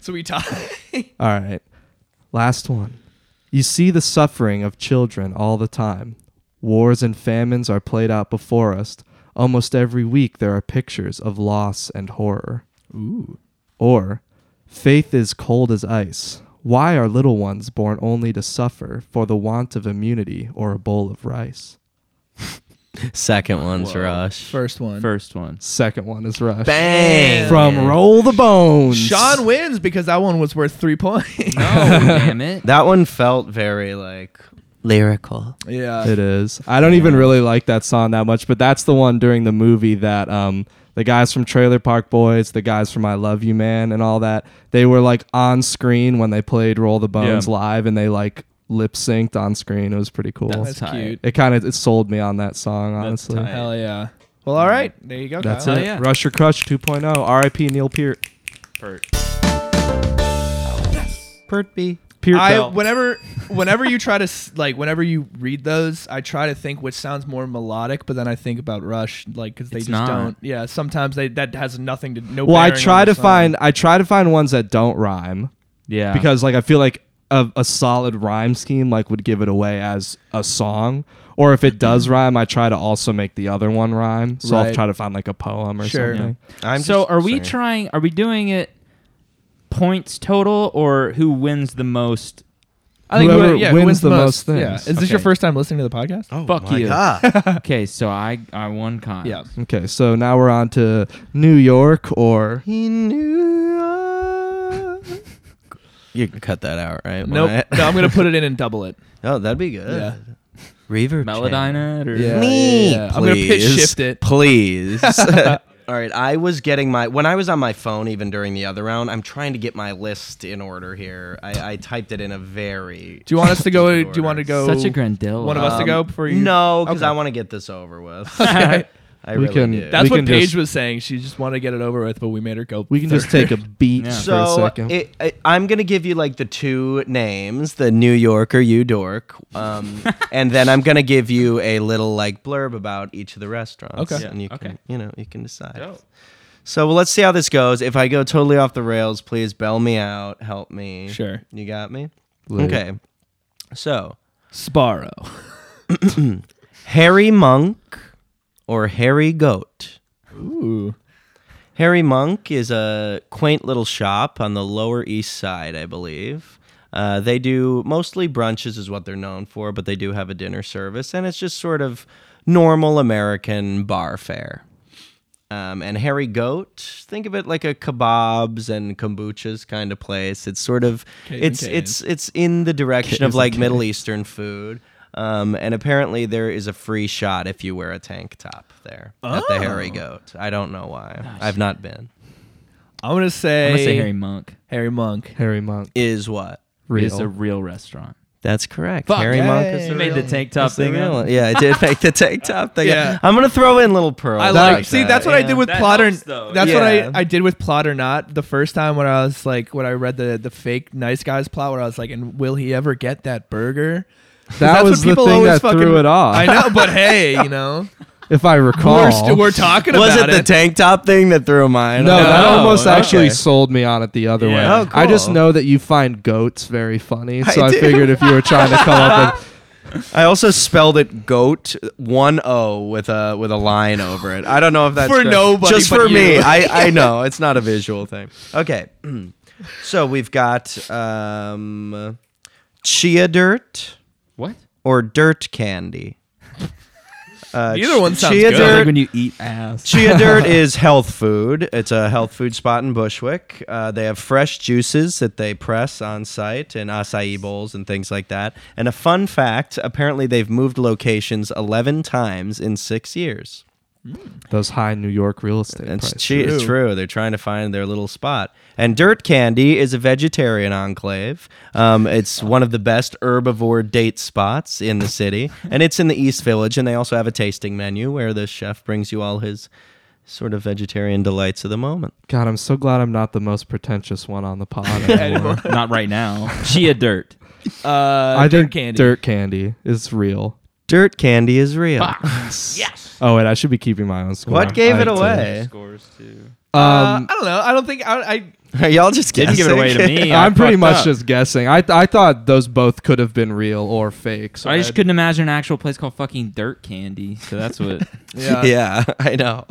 So we tie.
All right. Last one. You see the suffering of children all the time. Wars and famines are played out before us. Almost every week there are pictures of loss and horror.
Ooh.
Or, faith is cold as ice. Why are little ones born only to suffer for the want of immunity or a bowl of rice?
[LAUGHS] Second one's
Whoa.
Rush.
First one.
first one.
Second one is Rush.
Bang.
From Roll the Bones.
Sean wins because that one was worth three points.
No, damn it.
That one felt very like lyrical.
[LAUGHS] yeah.
It is. I don't even really like that song that much, but that's the one during the movie that um the guys from Trailer Park Boys, the guys from I Love You Man and all that, they were like on screen when they played Roll the Bones
Yeah.
live and they like lip synced on screen. It was pretty cool.
That's
tight.
cute.
it kind of it sold me on that song, honestly.
tight. Oh,
Hell yeah. Well, all right. There you go.
That's
Kyle.
it.
yeah.
Rush or Crush oh. 2.0. RIP Neil Peart.
Pert.
Pert B.
Peart
I
Bell.
whenever whenever you try to s- like whenever you read those, I try to think which sounds more melodic, but then I think about Rush, like because they
It's
just
not.
don't. Yeah, sometimes they that has nothing to no.
well, I
bearing on
try
the
to
song.
find I try to find ones that don't rhyme.
Yeah.
because like I feel like a, a solid rhyme scheme like would give it away as a song. Or if it does rhyme, I try to also make the other one rhyme. So
Right.
I'll try to find like a poem or
Sure.
something.
I'm
so
just-
are we
sorry.
trying are we doing it points total or who wins the most
I think
Whoever
whoever yeah, who
wins
wins
the most
Yeah. Is
things.
this your
Okay.
first time listening to the podcast?
Oh
Fuck
my
[LAUGHS]
you.
God.
okay so i i won
Uh,
con
Yeah.
Okay, so now we're on to New York or
you can cut that out, right?
Nope.
Wyatt?
no, I'm gonna put it in and double it.
[LAUGHS] oh, that'd be good.
Yeah.
Reverb. change.
melodina or
Yeah.
Me,
yeah. I'm gonna pitch
please.
shift it. [LAUGHS]
Please. [LAUGHS] All right, I was getting my when I was on my phone even during the other round. I'm trying to get my list in order here. I, I typed it in a very.
Do you want us to go?
Order.
Do you want to go?
[LAUGHS]
such a grandilla Um,
One of us to go before you.
No, because
Okay.
I want to get this over
[LAUGHS]
with.
Okay.
I
We
really
can-
do.
That's
We
what
can
Paige
just-
was saying. She just wanted to get it over with, but we made her go.
we can
third.
[LAUGHS] just take a beat
Yeah.
for a
so
second.
it, I, I'm gonna give you like the two names, the New Yorker, you dork, um, and then I'm gonna give you a little like blurb about each of the restaurants.
Okay.
and you
Yeah,
can
okay.
you know you can decide.
Dope.
So well, let's see how this goes. If I go totally off the rails, please bail me out. Help me.
Sure.
You got me.
Lit.
Okay. So
Sparrow.
Harry Monk or Harry Goat.
Ooh.
Harry Monk is a quaint little shop on the Lower East Side, I believe. Uh, they do mostly brunches, is what they're known for, but they do have a dinner service, and it's just sort of normal American bar fare. Um, and Harry Goat, think of it like a kebabs and kombuchas kind of place. It's sort of
K's and
it's
K's.
it's it's in the direction of like Middle Eastern food. Um, and apparently there is a free shot if you wear a tank top there at the Harry Goat. I don't know why. I've not been.
I'm gonna say.
i'm gonna say harry monk
Harry Monk.
Harry Monk.
Is what?
it's a
Real.
real restaurant
That's correct.
Fuck,
Harry
yay.
Monk is the
You made
real
the
one.
tank top
That's the
thing
real
up.
one. Yeah, I did make the tank top thing.
Yeah.
up. I'm gonna throw in little pearl.
I
like
like. See,
that.
that's what I
Yeah.
did with
That
plot
helps,
or.
though.
That's
Yeah.
what I, I did with plot or not the first time when I was like when I read the the fake nice guys plot where I was like, and will he ever get that burger? 'Cause
That
that's what
was the
people
thing
always
that
fucking-
threw it off.
I know,
[LAUGHS]
but hey, you know,
if I
we're,
recall.
st- we're talking
Was it
about
the tank top thing that threw mine?
no, that
No,
almost
okay.
actually sold me on it the other way.
Yeah.
Oh,
I just
cool.
know that you find goats very funny, so I,
I do.
figured if you were trying to come up with
I also spelled it goat one o with a with a line over it. I don't know if that's
For
good.
nobody
Just
but
for me.
you.
I I know it's not a visual thing. Okay, [CLEARS THROAT] so we've got um, chia dirt
What?
or dirt candy. Uh,
Either one sounds
chia
good.
Dirt,
Sounds like when you eat ass.
[LAUGHS] Chia Dirt is health food. It's a health food spot in Bushwick. Uh, they have fresh juices that they press on site and acai bowls and things like that. And a fun fact apparently, they've moved locations 11 times in six years.
those high New York real estate
It's
prices.
true. It's true. They're trying to find their little spot. And Dirt Candy is a vegetarian enclave. Um, it's one of the best herbivore date spots in the city, and it's in the East Village. And they also have a tasting menu where the chef brings you all his sort of vegetarian delights of the moment.
God, I'm so glad I'm not the most pretentious one on the pod. anymore.
Not right now. Chia dirt.
the uh,
I
dirt
think
candy.
dirt candy is real.
Dirt Candy is real.
Oh, wait, I should be keeping my own score.
What gave
I
it
have to-
away?
Scores too.
Uh,
Um,
I don't know. I don't think I. I
Are y'all just
Didn't
guessing?
give it away to me. I
I'm pretty
fucked
much
up.
just guessing. I I thought those both could have been real or fake. So
I just couldn't imagine an actual place called fucking Dirt Candy. So that's what.
[LAUGHS] yeah. [LAUGHS] I know.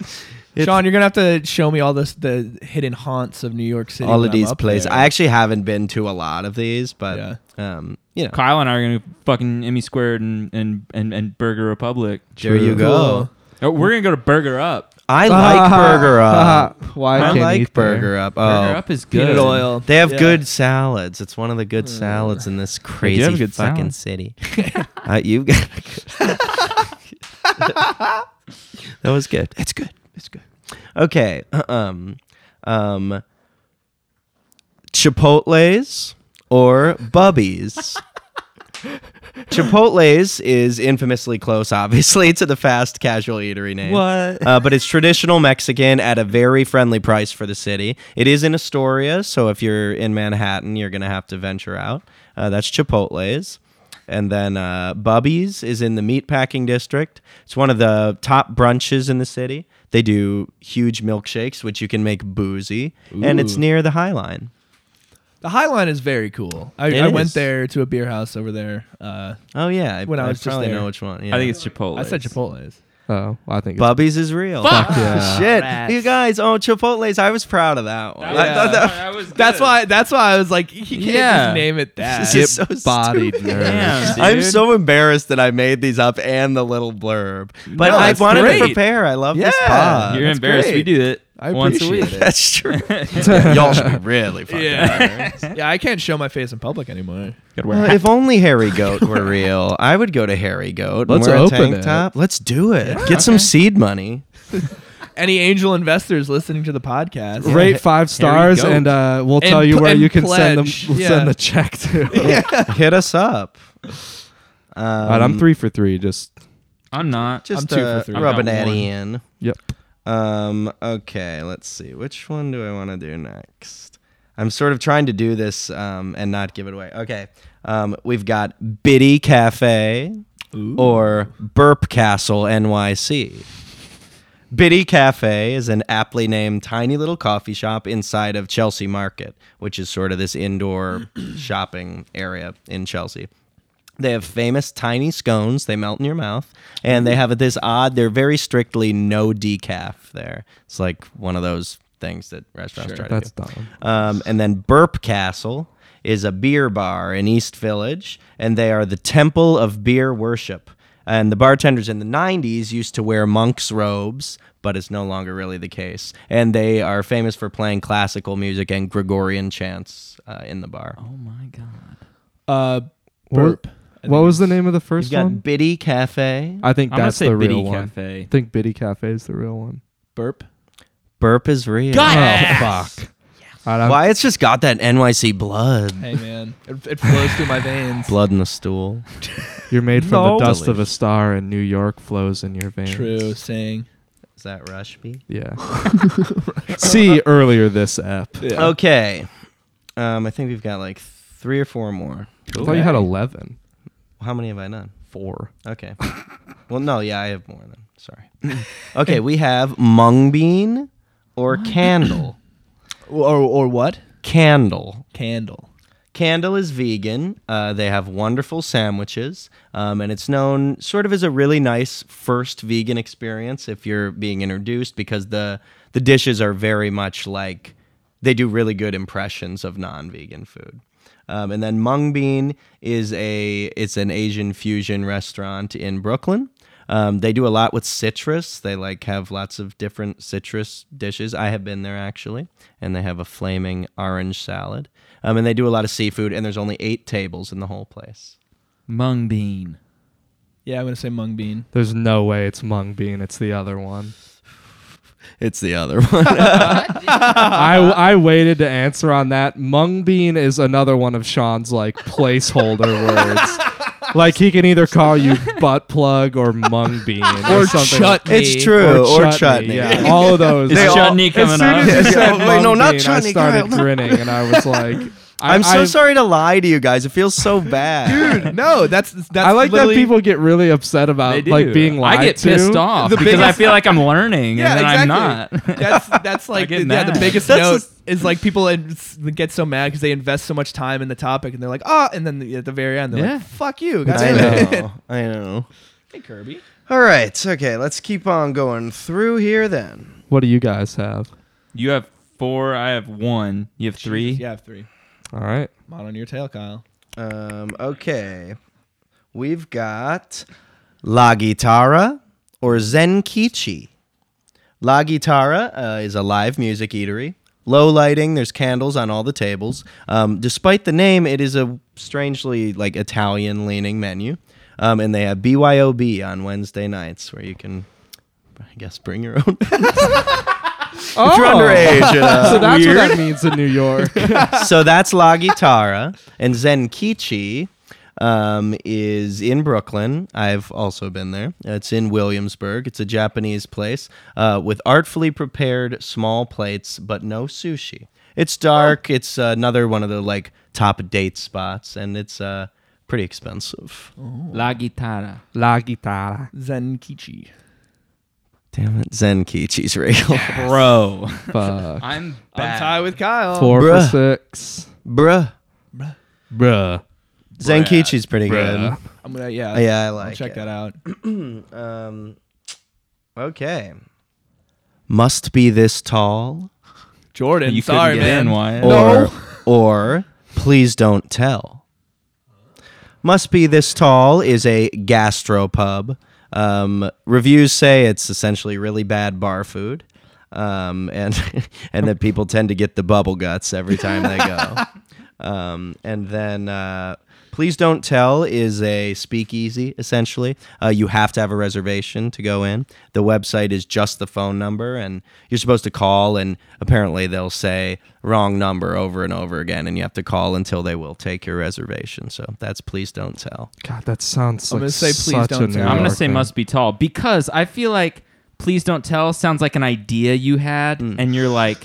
It's-
Sean, you're gonna have to show me all this the hidden haunts of New York City.
All
when
of
I'm
these
up
places.
there.
I actually haven't been to a lot of these, but um, you know,
Kyle and I are gonna fucking Emmy Squared and and and, and Burger Republic.
there you
True.
go.
Cool.
Oh, we're gonna go to Burger Up.
I like Burger Up.
Uh, Why
I
can't you
like
eat there?
Burger Up. Oh,
Burger Up is good.
Peanut oil.
They have
Yeah.
good salads. It's one of the good salads in this crazy
Mm. have good
fucking city.
salads. [LAUGHS]
uh, you got [LAUGHS] a good- that was good. It's good. It's good. Okay. Um, um, Chipotle's or
[LAUGHS]
Bubby's. Chipotle's is infamously close, obviously, to the fast casual eatery name.
What?
Uh, but it's traditional Mexican at a very friendly price for the city. It is in Astoria, so if you're in Manhattan, you're going to have to venture out. Uh, that's Chipotle's. And then uh, Bubby's is in the meatpacking district. It's one of the top brunches in the city. They do huge milkshakes, which you can make boozy, and it's near the High Line.
The High Line is very cool. I,
It
I went
is.
there to a beer house over there. Uh,
Oh yeah, I,
When I was just
probably
there.
know which one. Yeah.
I think it's Chipotle.
I said Chipotle's.
Oh, well, I think. It's,
Bubby's is real.
Fuck
[LAUGHS]
yeah.
Shit,
Rats.
you guys. Oh, Chipotle's. I was proud of that one.
was-
I thought that-
That's why. That's why I was like, he can't
Yeah.
just name it that.
This is so
Get bodied,
stupid.
nerd.
Damn, dude.
I'm so embarrassed that I made these up and the little blurb. But
No,
I
that's
wanted
great.
to prepare. I love this
Yeah.
pod. [LAUGHS]
You're
That's
embarrassed.
great.
We do it
I
once a
appreciate
week.
That's true.
[LAUGHS]
Y'all should be really fucking
Yeah. yeah, I can't show my face in public anymore.
Gotta wear
[LAUGHS]
a
Well,
hat.
if only Harry Goat
[LAUGHS]
were real, I would go to Harry Goat. and
Let's
wear a
open
tank
it.
top. Let's do it. Get some seed money.
Any angel investors listening to the podcast?
Rate five stars,
Goat.
and uh, we'll
And
tell you
pl-
where
and
you can send them.
pledge.
We'll
Yeah.
send the
[LAUGHS]
check to.
Hit us up. Um,
All right, I'm three for three. Just
I'm not.
Just
I'm two for
uh,
three.
I've
rubbing
got
that
one.
in.
yep.
Um, okay, let's see. Which one do I want to do next? I'm sort of trying to do this um, and not give it away. Okay. Um, we've got Biddy Cafe or Burp Castle NYC. Biddy Cafe is an aptly named tiny little coffee shop inside of Chelsea Market, which is sort of this indoor shopping area in Chelsea. They have famous tiny scones. They melt in your mouth. And they have this odd, they're very strictly no decaf there. It's like one of those things that restaurants try to
That's
do.
dumb.
Um, and then Burp Castle is a beer bar in East Village, and they are the temple of beer worship. And the bartenders in the 90s used to wear monks' robes, but it's no longer really the case. And they are famous for playing classical music and Gregorian chants uh, in the bar.
oh my god.
Uh,
What-
burp.
What, was the name of the first
You've got
one? Uh,
Biddy Cafe.
I think
I'm gonna
that's
say
the real
Biddy
one.
Cafe.
I think Biddy Cafe is the real one.
Burp.
Burp is real.
Got
Oh
Yes!
fuck! All right, I'm-
Why it's just got that NYC blood,
Hey man, it, it flows through my veins.
blood in the stool.
You're made from
No.
the dust of a star, and New York flows in your veins.
True, saying.
Is that Rushby?
[LAUGHS]
Yeah. [LAUGHS] See earlier this ep.
Yeah.
Okay, um, I think we've got like three or four more.
I thought you had eleven.
How many have I done?
Four.
Okay. well, no, yeah, I have more than. Sorry. Okay, we have mung bean or candle.
Or or what?
Candle.
Candle.
Candle is vegan. Uh, they have wonderful sandwiches, um, and it's known sort of as a really nice first vegan experience if you're being introduced because the the dishes are very much like they do really good impressions of non-vegan food. Um, and then Mung Bean is a it's an Asian fusion restaurant in Brooklyn. Um, they do a lot with citrus. They like have lots of different citrus dishes. I have been there actually, and they have a flaming orange salad. Um, and they do a lot of seafood. And there's only eight tables in the whole place.
Mung bean.
Yeah, I'm gonna say mung bean.
There's no way it's mung bean. It's the other one.
It's the other [LAUGHS] one.
I, I waited to answer on that. Mung bean is another one of Sean's like placeholder words. Like he can either call you butt plug or mung bean or, something.
it's true. Or, chutney. [LAUGHS]
Yeah, all of those.
Is
all-
chutney
as
coming
soon
up?
as you said
Yeah, wait, no,
mung
not
bean, I
chutney,
started
Kyle.
grinning and I was like,
[LAUGHS]
I,
I'm so
I-
sorry to lie to you guys. It feels so bad.
Dude, no, that's that's.
I like that
literally-
people get really upset about Uh, like being lied
I get
to.
pissed off
The
because I
biggest-
feel like I'm learning
Yeah,
and then I'm
[LAUGHS]
exactly. [LAUGHS]
not.
that's that's
[LAUGHS]
like
get
the, yeah, the
mad.
biggest
That's
note
just-
is like people in- get so mad because they invest so much time in the topic and they're like ah, and then at the very end they're
Yeah.
like fuck you. God
I
damn [LAUGHS] it.
know. I know.
hey Kirby.
All right. Okay. Let's keep on going through here then.
What do you guys have?
you have four. I have one. You have three.
Yeah, I have three.
All right.
Come on on your tail, Kyle.
Um, okay. We've got La Guitarra or Zenkichi. La Guitarra uh, is a live music eatery. Low lighting, there's candles on all the tables. Um, despite the name, it is a strangely like Italian leaning menu. Um, and they have BYOB on Wednesday nights where you can, I guess, bring your own. [LAUGHS] If you're underage, you know,
Oh, so that's
weird
what that means in
[LAUGHS]
New York.
so that's La Guitarra and Zenkichi um, is in Brooklyn. I've also been there. It's in Williamsburg. It's a Japanese place uh, with artfully prepared small plates, but no sushi. It's dark.
Oh.
It's uh, another one of the like top date spots, and it's uh, pretty expensive.
La guitarra.
La guitarra.
Zenkichi.
Damn it, Zenkichi's real,
Bro.
Fuck.
[LAUGHS] I'm
I'm tied with Kyle.
Four for
Bruh.
six.
[LAUGHS] bruh.
Bruh.
Zenkichi's pretty good.
I'm gonna yeah.
Yeah, I
I'll
like
check
it.
that out.
Um, okay. Must be this tall,
Jordan,
You couldn't
sorry
get
man.
in, Wyatt.
or or please don't tell. Must be this tall is a gastropub. Um, reviews say it's essentially really bad bar food, um, and [LAUGHS] and that people tend to get the bubble guts every time they go. Um, and then uh, please don't tell is a speakeasy essentially. Uh, you have to have a reservation to go in. The website is just the phone number, and you're supposed to call. And apparently they'll say wrong number over and over again, and you have to call until they will take your reservation. So that's please don't tell.
God, that sounds
I'm
like
gonna say please
such
don't
a New
tell.
I'm gonna
York
say
thing.
must be tall because I feel like please don't tell sounds like an idea you had and you're like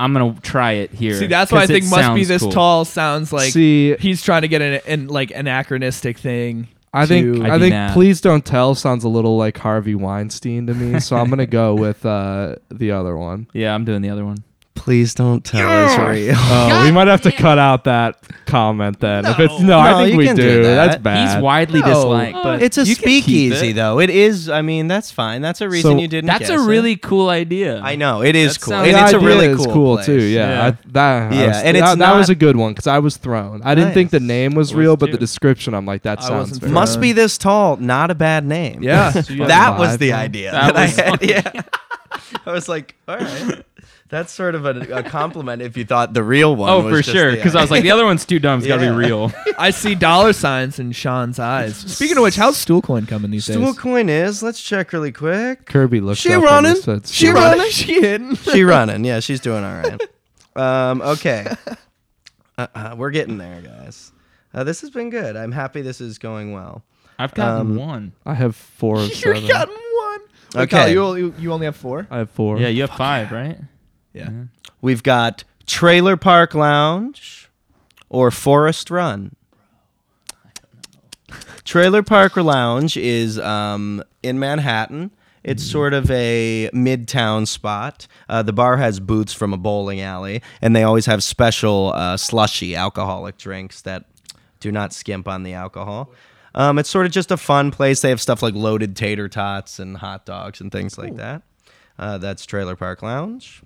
I'm gonna try it here.
See, that's why I
'cause it
think must be
sounds
this
cool.
tall sounds like
See-
he's trying to get an, an like anachronistic thing.
I think
to-
I'd
I
be
think
mad.
please don't tell sounds a little like Harvey Weinstein to me, so I'm gonna go with uh, the other one.
Yeah, I'm doing the other one.
Please don't tell is real.
Oh, we might have to cut out that comment then. if it's no,
No,
I think
you
we
can
do.
do that.
That's bad.
He's widely
No.
disliked, but
It's a
you can keep
speakeasy,
it.
though. It is. I mean, that's fine. That's a reason
So-
you didn't.
That's a
guess it.
really cool idea.
I know it is
That
cool,
sounds-
and
The
it's a
idea
really
is
cool. place.
too. Yeah,
Yeah.
I, that I
Yeah,
was-
and it's
that, that
not-
was a good one because I was thrown. I didn't think the
Nice.
name was
It was
real, but
too.
the description I'm like that
I
sounds
wasn't
very.
Must be this tall. Not a bad name.
Yeah.
[LAUGHS] that was the
Vibe.
idea that,
That was-
I had. Yeah, [LAUGHS] I was like, all right, that's sort of a, a compliment if you thought the real one.
Oh,
was
for
just
sure.
the
Because I
[LAUGHS]
was like, the other one's too dumb. It's gotta
Yeah.
be real. [LAUGHS]
I see dollar signs in Sean's eyes. Speaking of which, how's Stoolcoin coming these
idea. stool
days?
coin is. Let's check really quick.
Kirby looked
She
up and he
running.
said
She
stool-
[LAUGHS]
running.
[LAUGHS]
She hidden.
[LAUGHS]
She running. Yeah, she's doing all right. Um, okay. uh, uh, we're getting there, guys. Uh, this has been good. I'm happy this is going well.
I've gotten one.
I have four
[LAUGHS]
of
You
seven.
got one. Wait,
Okay.
Kyle, you, only- you only have four.
I have four.
Yeah, you have five, right?
Yeah.
We've got Trailer Park Lounge or Forest Run. Trailer Park Lounge is um, in Manhattan. It's sort of a midtown spot. Uh, the bar has booths from a bowling alley, and they always have special uh, slushy alcoholic drinks that do not skimp on the alcohol. Um, it's sort of just a fun place. They have stuff like loaded tater tots and hot dogs and things like that. Uh, that's Trailer Park Lounge.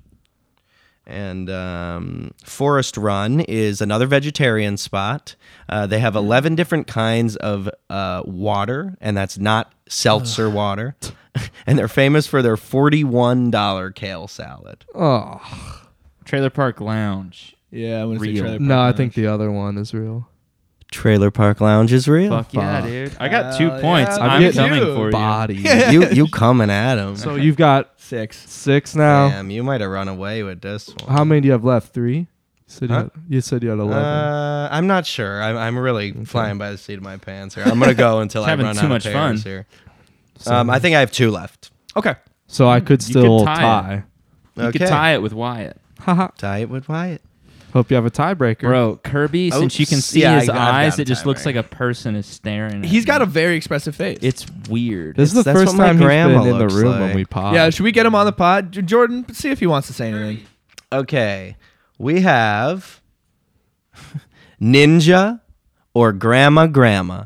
And um, Forest Run is another vegetarian spot. Uh, they have 11 different kinds of uh, water, and that's not seltzer water. [LAUGHS] and they're famous for their $41 kale salad.
Oh
Trailer Park Lounge.
Yeah, I'm gonna
Real.
Trailer Park
no, I
Lounge.
think the other one is real.
Trailer Park Lounge is real.
Fuck yeah,
Fuck.
dude. I got two
Hell
points.
Uh, yeah,
I'm
look at
coming
you.
for you.
Body.
[LAUGHS] you, [LAUGHS] you coming at him.
so you've got
six.
six now.
Damn, you might have run away with this one.
How many do you have left? Three. You said,
Huh?
you, had, you said you had eleven.
Uh, I'm not sure. I'm, I'm really flying by the seat of my pants here. I'm gonna [LAUGHS] go until I
Having
run
too
out of
much fun.
pairs here. Um, I think I have two left.
Okay.
so I could
could
still
tie it.
tie.
You could tie it with Wyatt.
Haha.
Tie it with Wyatt.
[LAUGHS] Hope you have a tiebreaker.
Bro, Kirby,
Oh,
since you can
s-
see
yeah, I
his
got- I've
eyes,
got
it just
time
looks
right.
like a person is staring at
He's got a
me.
very expressive face.
It's weird.
This is the
That's
first
what my
time he's
grandma
been in the
looks
room when
like.
we pod.
yeah. Should we get him on the pod, J- Jordan? See if he wants to say anything.
Okay, we have [LAUGHS] ninja or grandma grandma.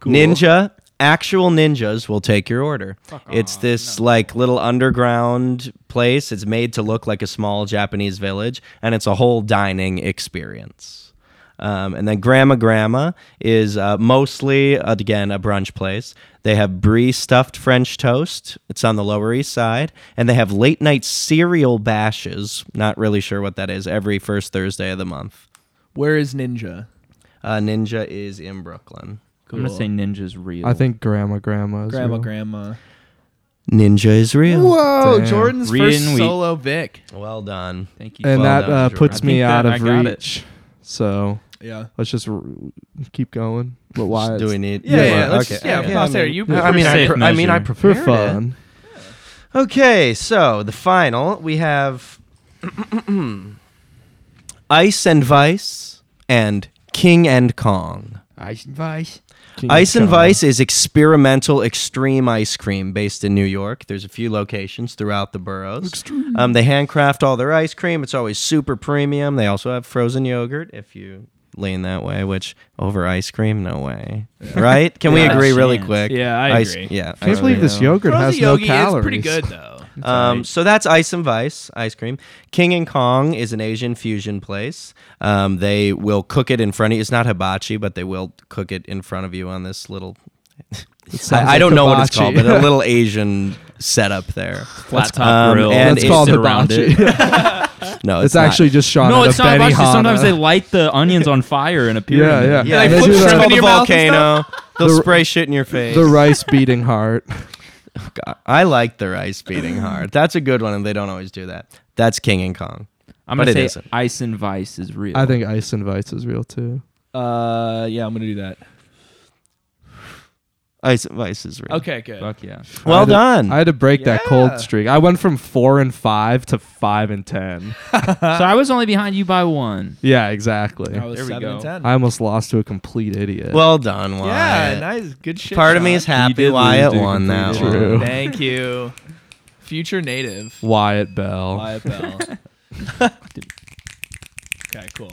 Ninja, actual ninjas will take your order. it's this like little underground place. It's made to look like a small Japanese village, and it's a whole dining experience. Um, and then Grandma Grandma is uh, mostly, uh, again, a brunch place. They have brie stuffed French toast. It's on the Lower East Side. And they have late night cereal bashes. Not really sure what that is. Every first Thursday of the month.
Where is Ninja?
Uh, Ninja is in Brooklyn.
I'm gonna say ninja's real.
I think grandma, grandma, is
Grandma,
real.
grandma.
Ninja is real.
Whoa,
Damn.
Jordan's
Read
first
and we-
solo Vic.
Well done.
Thank you.
and
Well
that
done,
uh,
Jordan. I
puts
think
me out
that I
of
got it.
reach. So
Yeah.
let's just r- keep going. But why?
Do we need?
Yeah, yeah, let's-
okay.
yeah,
okay.
I'll say you-
I mean, I,
Safe
pre- I mean, I
measure.
for
prepared it.
fun?
Okay, so the final we have [CLEARS THROAT] Ice and Vice and King and Kong.
Ice and Vice.
King
Ice and
Kong.
Vice is experimental extreme ice cream based in New York. There's a few locations throughout the boroughs. Um, they handcraft all their ice cream. It's always super premium. They also have frozen yogurt if you lean that way, which over ice cream, no way. Right?
[LAUGHS]
Can we
Not a
agree really
chance.
quick?
Yeah, I
Ice-
agree.
Yeah.
Can't
ice
believe
cream.
this yogurt has no
yogi
calories.
is pretty good though.
Um, so that's Ice and Vice ice cream. King and Kong is an Asian fusion place. Um, they will cook it in front of you. It's not hibachi, but they will cook it in front of you on this little.
sounds
I, I don't
like
know what it's called,
hibachi.
but a little Asian setup there.
Flat top
um,
grill.
and
[LAUGHS] It's called
it's surrounded-
hibachi.
No, it's,
it's actually just Sean.
No,
at
it's
a
not hibachi.
Benihana. [LAUGHS]
Sometimes they
[LAUGHS]
light the onions on fire in a pyramid.
yeah.
they
Yeah, they
flip
do
shrimp into
that. Called a
your mouth and
volcano. They'll
The-
spray shit in your face.
the rice beating heart.
God, I like the rice
[CLEARS THROAT]
beating hard. That's a good one, and they don't always do that. That's King and Kong.
I'm
But
gonna
it
say
isn't.
Ice and Vice is real.
I think Ice and Vice is real too.
Uh, yeah, I'm gonna do that.
Ice and Vice is real.
Okay, good.
[LAUGHS]
Fuck yeah.
I
Well
had to-
done.
I had to break that
Yeah.
cold streak. I went from four and five to five and ten.
so I was only behind you by one.
yeah, exactly.
I was
There we
seven and
go.
ten.
I almost lost to a complete idiot.
well done, Wyatt.
yeah, nice, good shit.
Part of me
Sean.
is happy
did lose,
Wyatt
dude,
won that
completely.
one.
[LAUGHS]
True.
Thank you, future native.
Wyatt Bell.
Wyatt Bell.
[LAUGHS]
okay,
[LAUGHS]
cool.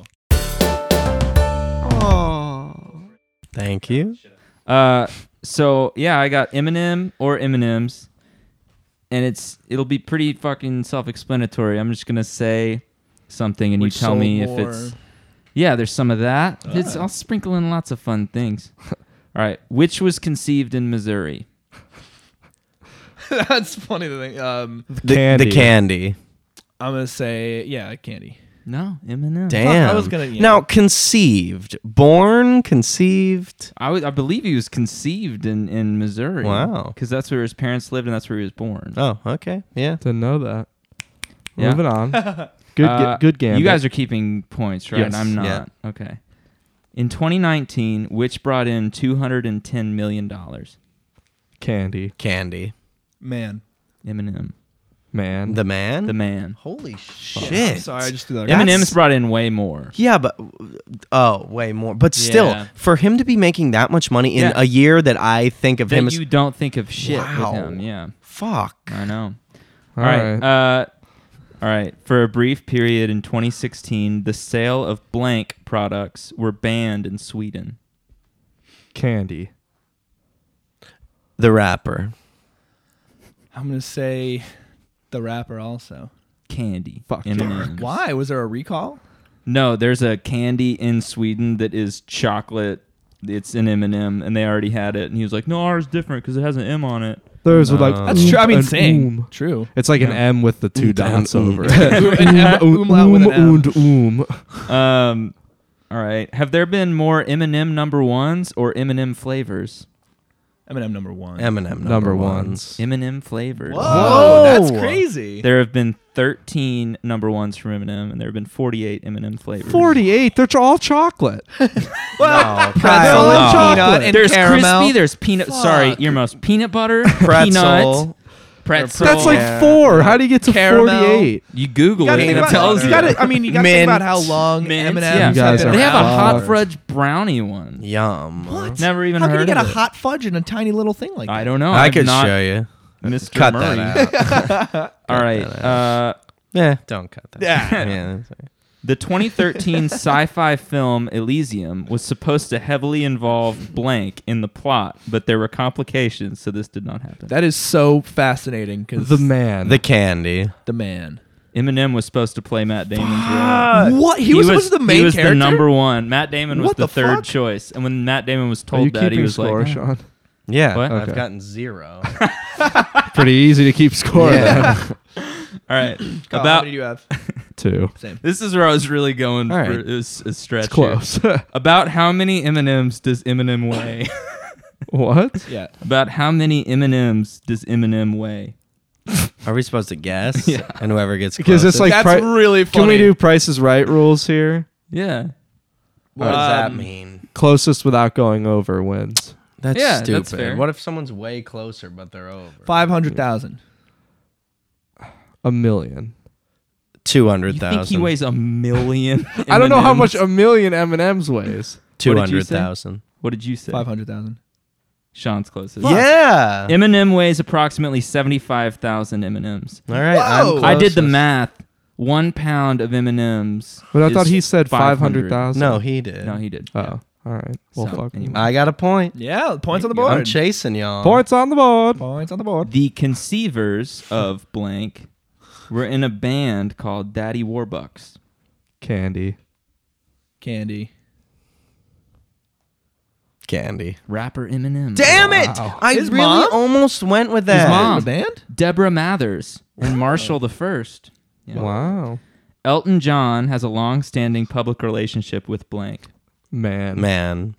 Thank you.
Uh, so yeah, I got Eminem or Eminems, and it's it'll be pretty fucking self-explanatory. I'm just gonna say something, and
Which
you tell
sold
me
more?
if it's yeah. There's some of that. It's I'll sprinkle in lots of fun things. All right, which was conceived in Missouri?
That's funny. The thing. Um,
The candy. The candy.
I'm gonna say yeah, candy.
No, Eminem.
Damn.
I was gonna- yeah.
Now conceived, born, conceived.
I would- I believe he was conceived in, in Missouri.
Wow.
Because that's where his parents lived and that's where he was born.
Oh, okay. Yeah.
Didn't know that.
Yeah.
Moving on. Good,
Uh,
ga- good game.
You guys are keeping points, right?
Yes.
I'm not.
Yeah.
Okay. In 2019, which brought in 210 million dollars?
candy,
Candy,
Man.
Eminem,
man.
the man.
the man.
Holy shit!
Yeah, I'm sorry, I just threw that.
Yeah.
out.
Eminem's brought in way more.
Yeah, but oh, way more. But still,
Yeah.
for him to be making that much money in
Yeah.
a year that I think of him
That
as
you don't think of shit
Wow.
with him. Yeah,
fuck.
I know.
All
All right. Uh, all right. For a brief period in 2016, the sale of blank products were banned in Sweden.
candy.
The rapper.
I'm gonna say the rapper also.
Candy.
Fuck
M&Ms.
Why was there a recall?
No, there's a candy in Sweden that is chocolate. It's an M and m and they already had it. And he was like, "No, ours is different because it has an M on it."
Those were
No.
like
Oh.
That's
oom
true. I mean,
and
same.
oom.
True.
It's like an M with the two
Oom down
dots
oom.
over it. [LAUGHS]
M- umlaut with an M.
and oom.
Um, all right. Have there been more M and m number ones or M and m flavors?
Eminem number one.
Eminem number,
Number
ones.
M and m flavors.
Whoa, that's
Whoa.
crazy.
There have been 13 number ones from M and m and there have been 48 M and m flavors.
48. They're all chocolate.
No,
pretzel
pretzel
and
and
chocolate.
peanut and
There's
caramel.
crispy. There's peanut. Sorry,
Fuck.
earmuffs. Peanut butter.
pretzel.
Peanut. Pretzel.
That's
Yeah.
like four. How do you get to
Caramel.
48?
you Google
You gotta
it.
think
and it
about-
tells
butter.
you gotta- I mean, you gotta think
Mint.
about how long
Mints,
Eminem's
yeah.
have
You guys
been
are
They have a hot
around.
fudge brownie one.
Yum.
What?
Never even
How
heard
can you get
of
a
it.
hot fudge in a tiny little thing like
I
that?
don't know.
I
I've
could
not
show you.
Mr.
Cut
Murray.
that out.
[LAUGHS] All right. Uh,
yeah, don't cut that.
Yeah.
yeah. that's right.
[LAUGHS]
the 2013 sci-fi film Elysium was supposed to heavily involve blank in the plot, but there were complications, so this did not happen.
That is so fascinating because
The
[LAUGHS]
man.
The candy.
the man.
Eminem was supposed to play Matt Damon's role.
what? Uh, He, was, supposed to be the main
He was
character.
the number one. Matt Damon was
What
the,
the
third
fuck?
choice, and when Matt Damon was
Are you
told that, he
keeping
was
score,
like, "Eh."
Sean?
Yeah.
What?
I've
Okay.
gotten zero.
[LAUGHS] Pretty easy to keep score.
Yeah.
then.
"All right,
Kyle, how
about
many do Oh, you have?
[LAUGHS] Two.
[LAUGHS] Same.
this is where I was really going.
All
for,
right.
it was a stretch.
It's close. [LAUGHS]
here. About how many M and M's does Eminem weigh?
what?
Yeah.
About how many M and M's does Eminem weigh?
[LAUGHS] Are we supposed to guess?
Yeah.
And whoever gets
Because it's
closest-
like
That's
pri-
really
Can
funny.
we do prices right rules here?
Yeah,
what does that
um,
mean?
Closest without going over wins.
That's
yeah,
stupid.
that's fair.
What if someone's way closer but they're over?
five hundred thousand?
A million.
Two
you
hundred
think he
thousand.
weighs a million?
[LAUGHS] I don't know how much
M&Ms?
a million M and M's weighs.
Two
What did you
hundred
say?
thousand.
What did you say?
Five hundred thousand.
Sean's closest.
Yeah.
Eminem weighs approximately seventy-five thousand M&Ms.
All right.
Whoa.
I'm
I did the
closest.
math. One pound of M&Ms.
But I
is
thought he said five
500.
hundred thousand.
No, he did.
No, he did.
Oh,
Yeah.
all right. Well,
So,
fuck.
anyway.
I got a point.
Yeah, points on the board.
I'm chasing y'all.
Points on the board.
points on the board.
The conceivers of blank were in a band called Daddy Warbucks.
Candy.
Candy.
Candy.
Rapper Eminem.
Damn it! I
His
really
mom?
almost went with that.
His mom.
The band.
Deborah Mathers
[LAUGHS]
and Marshall the First. Yeah.
Wow.
Elton John has a long-standing public relationship with blank.
Man.
Man.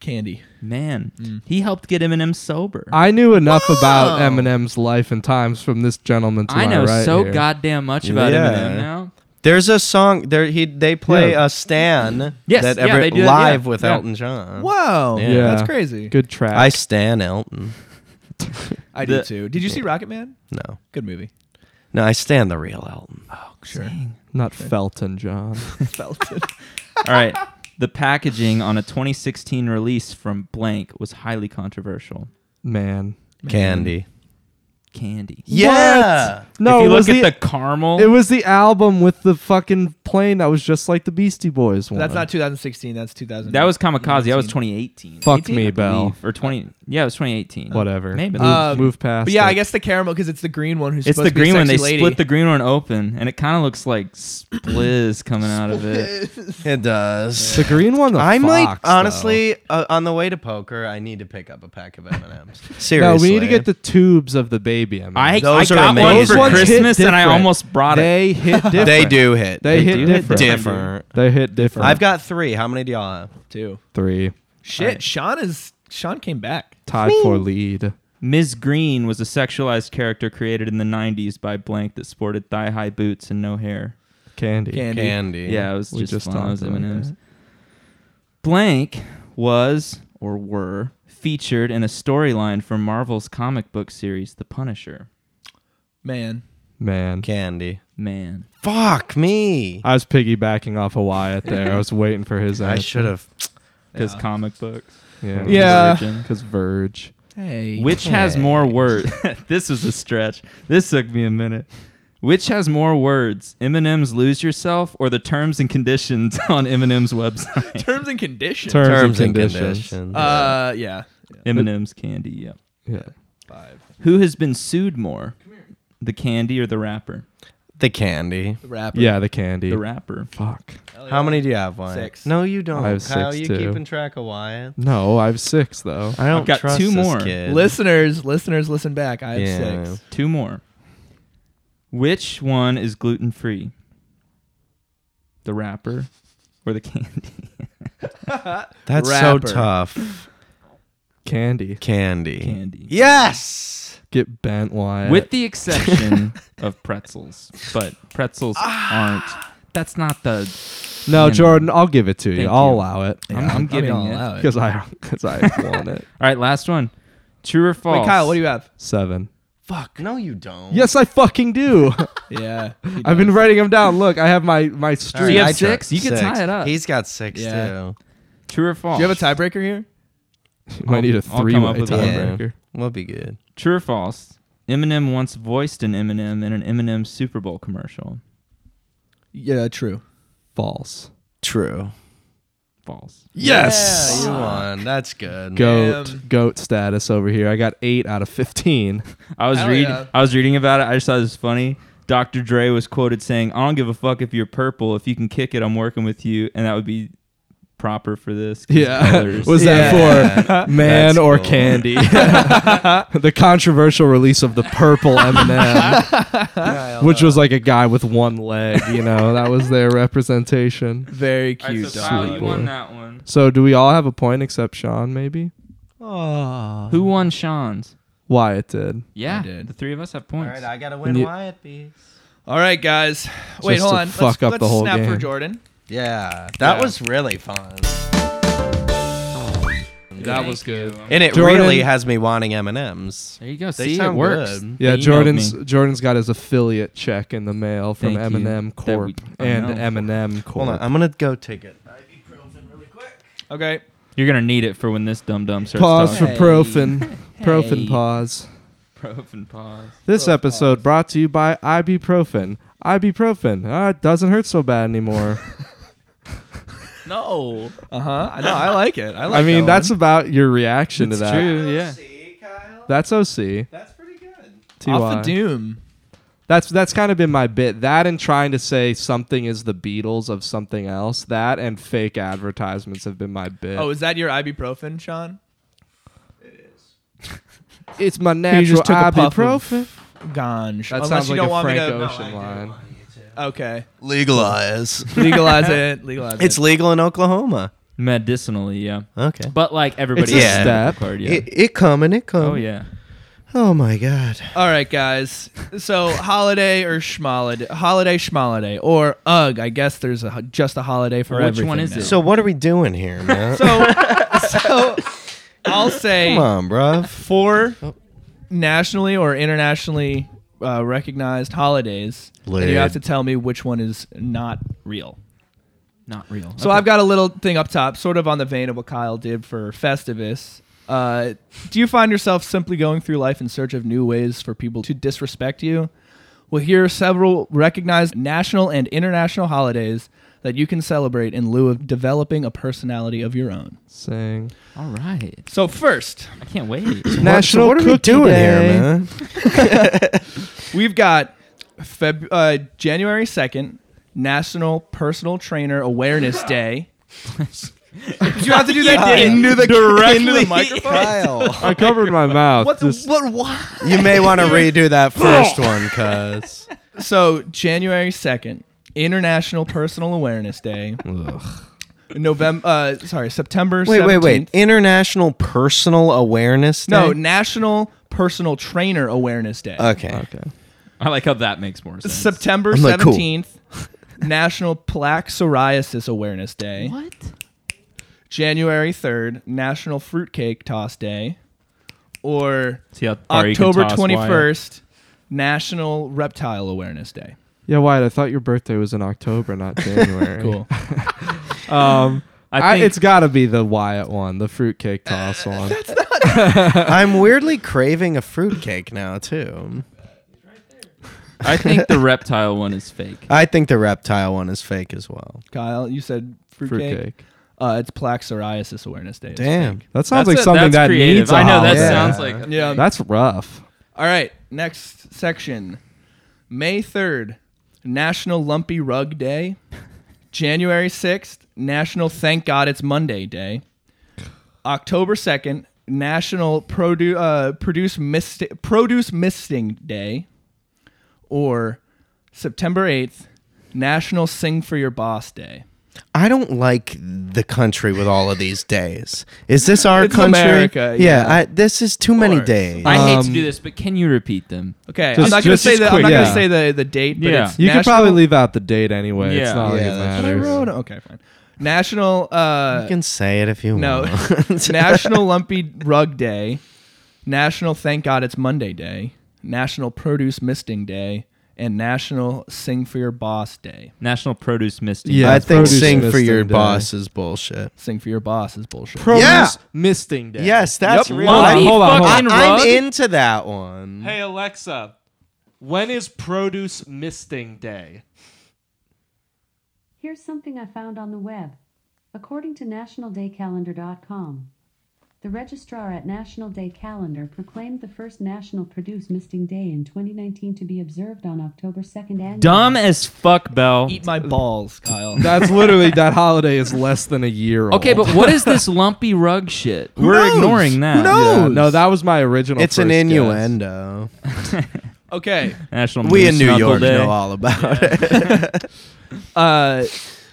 Candy.
Man, he helped get Eminem sober.
Mm. I knew enough about
Whoa.
Eminem's life and times from this gentleman to
I
my
know
right
so
here.
goddamn much about
Yeah.
Eminem now.
There's a song there. He they play
Yeah.
a Stan.
Yes,
That
yeah,
ever,
they do that,
live
yeah,
with
yeah.
Elton John.
Wow.
Yeah.
That's
Yeah.
crazy.
Good track.
I stan Elton.
I do
The-
too. Did you see Rocket Man?
No,
Good movie.
no, I stan the real Elton.
Oh, sure.
Not Felton
[LAUGHS]
John.
Felt it.
All right. The packaging on a 2016 release from blank was highly controversial.
Man.
Candy.
Candy.
Yeah.
No,
if
it
you
was
look
the,
at the caramel,
it was the album with the fucking plane that was just like the Beastie Boys one.
That's not 2016. That's 2000.
that was Kamikaze. That was 2018.
Fuck
18,
me,
I
Bell.
Believe, Or 20. Yeah, it was
[LAUGHS]
2018.
Whatever.
Maybe.
Move,
Um,
move past.
But yeah, I
it.
guess the caramel because it's the green one who's
It's
supposed to be
the
a
green one. They
sexy lady.
split the green one open, and it kind of looks like splizz coming out of it.
It does.
The green one.
[LAUGHS]
The
I might
Fox, though.
honestly uh, on the way to poker, I need to pick up a pack of M and M's.
[LAUGHS] No,
Seriously,
we need to get the tubes of the baby. M&Ms.
I, I
Those are
got one
amazing.
for
Those ones hit
Christmas, and I
different.
almost brought it.
They hit different.
They do hit.
They, hit
do hit
different.
different.
They hit different.
I've got three. How many do y'all have?
two.
three.
Shit, Sean is Sean came back.
Tied for lead.
Ms. Green was a sexualized character created in the 90s by blank that sported thigh-high boots and no hair.
Candy.
Candy.
Candy.
Yeah, it was
We
just,
just
fun. It was
talked about
M&Ms.
that.
Blank was or were featured in a storyline from Marvel's comic book series The Punisher.
Man.
Man.
Candy.
Man,
Fuck me.
I was piggybacking off of Wyatt there. I was waiting for
[LAUGHS]
his
I
answer.
should have.
because
Yeah.
comic books.
Yeah.
Yeah.
Virgin.
Because Verge.
Hey.
[LAUGHS] Which has more words? [LAUGHS] this was a stretch. This took me a minute. Which has more words, Eminem's "Lose Yourself" or the terms and conditions [LAUGHS] on
[LAUGHS]
Eminem's
[LAUGHS]
website?
terms and conditions.
Terms,
Terms
and conditions.
Uh, yeah.
Eminem's candy. Yeah.
Yeah.
Five.
Who has been sued more, the candy or the rapper?
the candy.
The rapper.
Yeah, the candy.
The rapper.
Fuck.
Hell
How
yeah.
many do you have, Wyatt?
Six.
No, you don't.
I have
Kyle,
six,
you
too.
keeping track of Wyatt?
No, I have six though.
I don't
got
trust
two
this
more.
kid.
Listeners, listeners, listen back. I have
Yeah.
six.
Two more. Which one is gluten free? The rapper or the candy?
That's
Rapper.
so tough.
Candy.
Candy.
Candy.
Yes.
Get bent,
Uh,
Wyatt.
With the exception [LAUGHS] of pretzels, but pretzels
Ah.
aren't. That's not the.
no,
Man.
Jordan, I'll give it to you.
Thank
I'll
you.
allow it
I'm, I'm giving
I'll
it.
allow
[LAUGHS]
it.
because I because
[LAUGHS]
I want it.
All right, last one. True or false?
Wait, Kyle, what do you have?
Seven.
Fuck. No, you don't.
Yes, I fucking do.
[LAUGHS] Yeah. he
[LAUGHS] I've been
does.
writing them down. Look, I have my my
All
street.
So you have
I took
six? You could tie it up.
He's got six
Yeah.
too.
True or false?
Do you have a tiebreaker here?
You might need a
I'll- I'll come
three way
up with a-
tiebreaker.
We'll be good.
True or false? Eminem once voiced an Eminem in an Eminem Super Bowl commercial.
Yeah, true.
False.
True.
False.
Yeah, you won. That's good.
Goat.
Damn.
Goat status over here. I got eight out of
[LAUGHS]
fifteen.
I was
Hell
reading.
yeah.
I was reading about it. I just thought it was funny. Dr. Dre was quoted saying, "I don't give a fuck if you're purple. If you can kick it, I'm working with you." And that would be proper for this. 'cause
[LAUGHS]
Yeah.
colors.
Was
Yeah.
[LAUGHS]
that for man
That's
or
cool.
candy? [LAUGHS] the controversial release of the
[LAUGHS]
purple M&M, which was like a guy with one leg, you know, that was
[LAUGHS]
their representation.
Very
All right,
cute.
so
dog.
Kyle,
Sweet
you
boy.
won that one.
So do we all have a point except Sean maybe?
Who won Sean's?
Wyatt did.
Yeah,
did.
the three of us have
All
points.
right, I gotta
And
win
you-
Wyatt bees.
All right, guys. Wait,
Just
hold
to
on.
fuck
let's
up
let's
the whole
snap for
game.
Jordan.
Yeah, that
Yeah.
was really fun,
that was good.
and it
Jordan-
really has me wanting M and M's.
There you go.
They
See, it
sound
works.
good.
They
Yeah,
emailed
Jordan's
me.
Jordan's got his affiliate check in the mail from
Thank you.
M&M
That
Corp
we- I
and
know.
M&M Corp.
Hold on, I'm gonna go take it.
Okay.
You're gonna need it for when this dum dum starts.
Pause for
talking.
Hey.
Profen. Profen
Hey.
pause.
[LAUGHS] Prof and pause.
This
Oh,
episode brought to you by ibuprofen. Ibuprofen. Ah, it doesn't hurt so bad anymore.
No. Uh huh. I know. I like it. [LAUGHS] I like.
I mean,
that
that's about your reaction to that.
True. Yeah.
That's OC.
That's pretty good.
one. off the
TY.
doom.
That's that's kind of been my bit. That and trying to say something is the Beatles of something else. That and fake advertisements have been my bit.
Oh, is that your ibuprofen, Sean?
it's my
He [LAUGHS]
natural ibuprofen.
Ganj.
That
Unless
sounds
you don't
like a
want
Frank
me to.
Ocean line.
Okay.
Legalize.
Legalize [LAUGHS] it. Legalize it.
[LAUGHS] it's legal in Oklahoma.
Medicinally, yeah.
Okay.
But like everybody,
It's a
has a
step.
medical Card, yeah.
It, it coming. It coming.
oh yeah.
Oh my god.
All right, guys. So holiday or schmoliday? Holiday schmoliday or ugh? I guess there's a, just a holiday for
Which
everything.
one is
now.
it?
So what are we doing here, man?
So, so I'll say
Come
[LAUGHS]
on, bruv.
four nationally or internationally uh, recognized holidays. And
Laid.
you have to tell me which one is not real.
Not real.
So I've got a little thing up top, sort of on the vein of what Kyle did for Festivus. Uh, do you find yourself simply going through life in search of new ways for people to disrespect you? Well, here are several recognized national and international holidays that you can celebrate in lieu of developing a personality of your own.
Saying
All right.
So first,
I can't [LAUGHS] wait.
what, so
National
what are we
Cookie
doing here,
Day.
man?
[LAUGHS] we've got Feb- uh, January second, National Personal Trainer Awareness Day. Did you have to do that into the directly into the microphone?
Kyle,
I covered my mouth.
What? The,
Just-
what? Why?
you may want to redo that first one, cuz.
So January second, International Personal Awareness Day. November, uh, sorry, September.
Wait, wait, wait.
17th.
International Personal Awareness Day.
No, National Personal Trainer Awareness Day.
Okay.
Okay.
I like how that makes more sense.
September
I'm like, cool.
17th, [LAUGHS] National Plaque Psoriasis Awareness Day.
What?
January 3rd, National Fruitcake Toss Day. Or
See how far you can
October
toss [LAUGHS]
21st, National Reptile Awareness Day.
Yeah, Wyatt. I thought your birthday was in October,
[LAUGHS]
not January.
Cool.
Um, I
I think-
it's got to be the Wyatt one, the fruitcake
Uh,
toss one.
I'm weirdly craving a fruitcake now too.
Wyatt. I think [LAUGHS] the reptile one is fake.
I think the reptile one is fake as well.
Kyle, you said fruitcake.
Fruitcake.
Uh, it's Plaque Psoriasis Awareness Day.
Damn.
That sounds
That's
like
a-
something
that's
that
creative.
needs. a
I know that
holiday.
sounds like
Yeah.
That's rough.
All right, next section. May 3rd, National Lumpy Rug Day. January 6th, National Thank God It's Monday Day. October 2nd, National Produ- uh, Produce, Mist- Produce Misting Day. Or September 8th, National Sing for Your Boss Day.
I don't like the country with all of these days. Is this our
It's
country?
America,
Yeah,
yeah.
I, this is too many
course.
days.
I hate to
Um,
do this, but can you repeat them?
Okay, I'm
Just-
not going to
just
say the I'm
quick,
not
yeah.
gonna say the, the date, but
Yeah.
it's
You
National-
could probably leave out the date anyway. It's
Yeah.
not like
Yeah,
it
that's
But I
matters.
wrote- Okay, fine. National uh,
you can say it if you
No. [LAUGHS]
want. [LAUGHS]
National Lumpy Rug Day, National Thank God It's Monday Day, National Produce Misting Day, and National Sing for Your Boss Day.
National Produce Misting.
Yeah.
I
it's
think
produce
sing for
misting
your
day.
boss is bullshit.
Sing for Your Boss is bullshit.
Produce
Yeah.
misting day.
Yes, that's
Yep.
real.
Hold on,
I,
Lumpy
hold on, hold
fucking
on.
I'm
rug?
into that one.
Hey Alexa, when is produce misting day?
Here's something I found on the web. According to nationaldaycalendar.com, the registrar at National Day Calendar proclaimed the first national produce misting day in 2019 to be observed on October 2nd annually.
Dumb as fuck, Bell.
Eat my balls, Kyle.
[LAUGHS]
That's literally that holiday is less than a year old.
Okay, but what
[LAUGHS]
is this lumpy rug shit? We're
knows?
ignoring that.
Who knows?
Yeah, no, that was my original.
it's an
first guess.
innuendo.
Okay.
National
We
Moose
in New
Knuckle
York
Day.
know all about it.
[LAUGHS]
[LAUGHS]
Uh,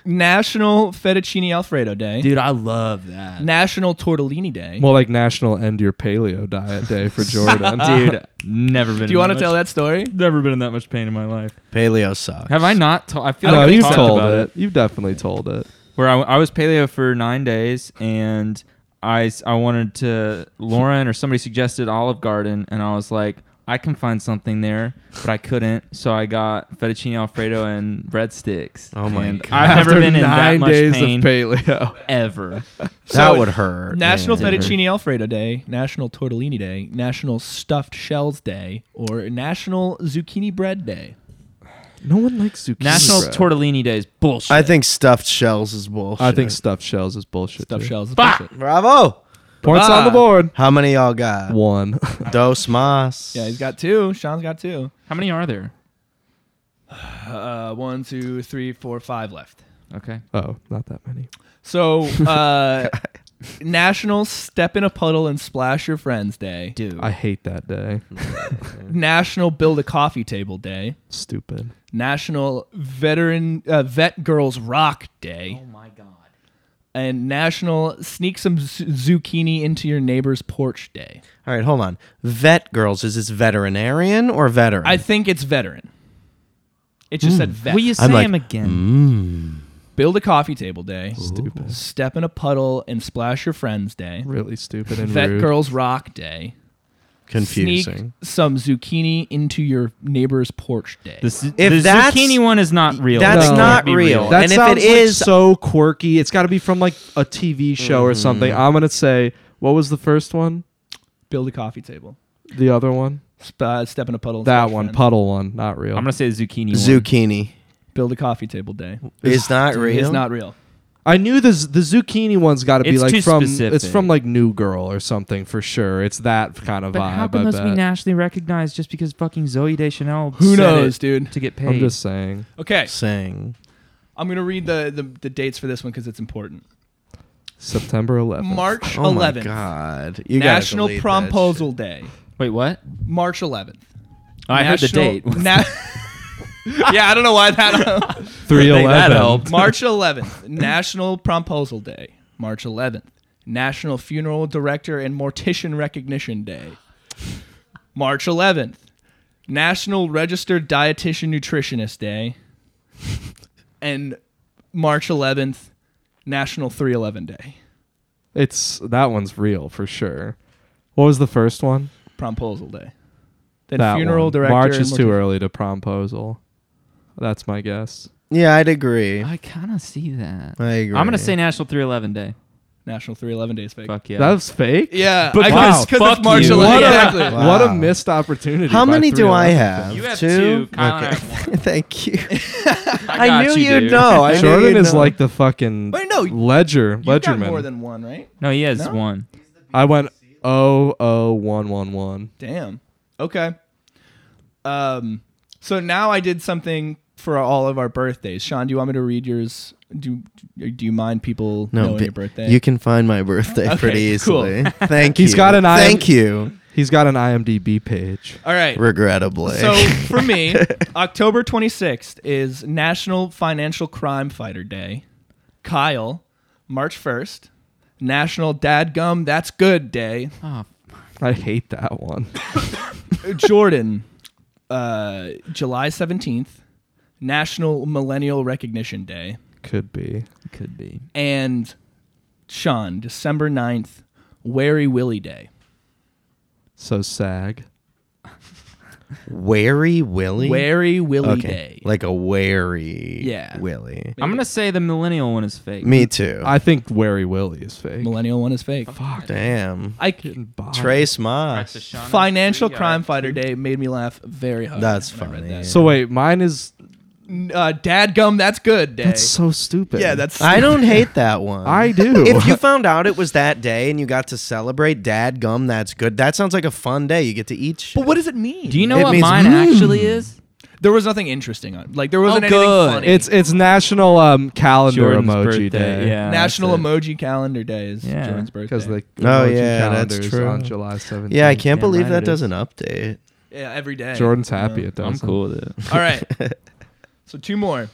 National Fettuccine Alfredo Day,
Dude, I love that.
National Tortellini Day.
More like National End Your Paleo Diet Day
[LAUGHS]
for Jordan.
Dude, never been.
Do you want to tell that story?
Never been in that much pain in my life.
Paleo sucks.
Have I not? told I feel
no,
like
you've
I've
told
about
it. You've definitely told it.
Where I, I was paleo for nine days, and I s- I wanted to Lauren or somebody suggested Olive Garden, and I was like, I can find something there, but I couldn't. So I got fettuccine alfredo and breadsticks.
Oh my
And
God.
I've never
After
been in that
nine
much
days
pain
of paleo. [LAUGHS]
ever.
that
So,
would hurt.
National
man.
Fettuccine Alfredo Day, National Tortellini Day, National Stuffed Shells Day, or National Zucchini Bread Day.
No one likes zucchini.
National
bread.
Tortellini Day is bullshit.
I think stuffed shells is bullshit.
I think stuffed shells is bullshit.
Stuffed
too.
shells. is
Bah!
bullshit.
Bravo.
Points on the board.
How many y'all got?
One. [LAUGHS]
Dos mas.
Yeah, he's got two. Sean's got two.
How many are there?
Uh, one, two, three, four, five left.
Okay.
oh, not that many.
So,
[LAUGHS]
uh, National Step in a Puddle and Splash Your Friends Day. Uh,
Dude.
I hate that day.
National Build a Coffee Table Day.
Stupid.
National Veteran uh, Vet Girls Rock Day.
Oh my god.
And National Sneak Some Z- Zucchini into Your Neighbor's Porch Day.
All right, hold on. Vet girls, is this veterinarian or veteran?
I think it's veteran. It just said vet.
Will you say
like, mm.
him again?
Build a Coffee Table Day.
Stupid.
Step in a Puddle and Splash Your Friends Day.
Really stupid and
Vet
rude.
Girls Rock Day.
Confusing.
Sneak some zucchini into your neighbor's porch day.
The, z-
If
the
that's-
zucchini one is not real.
that's
That can't
not
be
real.
That
And if it
sounds like
is-
so quirky. It's got to be from like a TV show or something. I'm gonna say what was the first one?
Build a coffee table.
The other one?
Sp- uh, step in a puddle. and
That
splash
one,
friends.
puddle one, not real.
I'm gonna say zucchini. One.
Zucchini
Build a coffee table day.
is not real.
It's not real.
I knew the z- the zucchini one's got to be
It's
like
too
from it's
specific.
from like New Girl or something for sure. It's that kind of
But
vibe.
how can
I
those
bet.
be nationally recognized just because fucking Zoe Deschanel?
Who
said
knows,
it
dude?
To get paid.
I'm just saying.
Okay,
saying.
I'm gonna read the the, the dates for this one because it's important.
September 11th.
March
Oh my
11th,
god. You gotta
National
delete that
Promposal Day.
Wait, what?
March 11th.
I heard the
National-
[LAUGHS]
date.
Na- [LAUGHS] yeah, I don't know why that.
311.
March 11th, National Promposal Day. March 11th, National Funeral Director and Mortician Recognition Day. March 11th, National Registered Dietitian Nutritionist Day, and March 11th, National 311 Day.
It's that one's real for sure. What was the first one?
Promposal Day. Then
that
funeral
one.
director.
March
and
is too
looking-
early to promposal. That's my guess.
Yeah, I'd agree.
I kind of see that.
I agree.
I'm gonna say National 311 Day.
National 311 Day is fake.
Fuck yeah.
That was fake.
Yeah,
But
because
wow,
because
fuck
of March
you.
11th.
What a-
exactly.
Wow.
What a missed opportunity.
How
by
many
three oh
do I
eleven.
have?
You have two, Kyle and I
Okay. [LAUGHS]
have
Thank you.
[LAUGHS] I got
I knew
you,
you'd
dude.
know. I knew
Jordan
you'd
is
know.
like the fucking
Wait, no,
ledger.
You've got more
Ledgerman.
than one, right?
no, he has
No?
one.
I went oh oh one one one.
Damn. Okay. Um. So now I did something for all of our birthdays. Sean, do you want me to read yours? Do Do you mind people knowing
bi-
your birthday?
You can find my birthday pretty
cool.
easily. Thank you.
He's got an eye-
Thank you.
He's got an IMDb page.
all right.
Regrettably.
So for me, October 26th is National Financial Crime Fighter Day. Kyle, March 1st, National Dad Gum That's Good Day.
Oh,
I hate that one.
Jordan, uh, July 17th, National Millennial Recognition Day.
Could be.
could be.
And Sean, December 9th, Wary Willie Day.
So sag.
[LAUGHS] wary Willie.
Wary Willie
okay.
Day.
Like a wary.
Yeah.
Willie.
I'm gonna say the millennial one is fake.
Me too.
I think Wary Willie is fake.
Millennial one is fake.
Damn.
I,
Bob.
Trace Moss.
Practice Sean on the
Financial
street
Crime
yard.
Fighter Day made me laugh very hard.
That's
when I read
funny.
that.
So wait, mine is
Uh, Dad Gum That's Good Day.
that's so stupid.
yeah, that's.
I don't hate that one.
I do.
If you found out it was that day and you got to celebrate dad gum, that's good. That sounds like a fun day. You get to eat shit.
but what does it mean?
Do you know
It
what
means,
mine
"Mm."
actually is?
There was nothing interesting on. Like there wasn't anything
Oh, good.
funny.
it's it's National um, Calendar
Jordan's
Emoji
birthday.
Day.
Yeah.
National
that's it.
Emoji Calendar Day is
Yeah.
Jordan's birthday.
Because the
Oh,
emoji
yeah, that's
calendar's
true.
on July 17th.
yeah, I can't
Damn
believe
right
that
it
doesn't update.
yeah, every day.
Jordan's happy it
I'm
doesn't.
cool with it.
All
[LAUGHS]
right. so two more.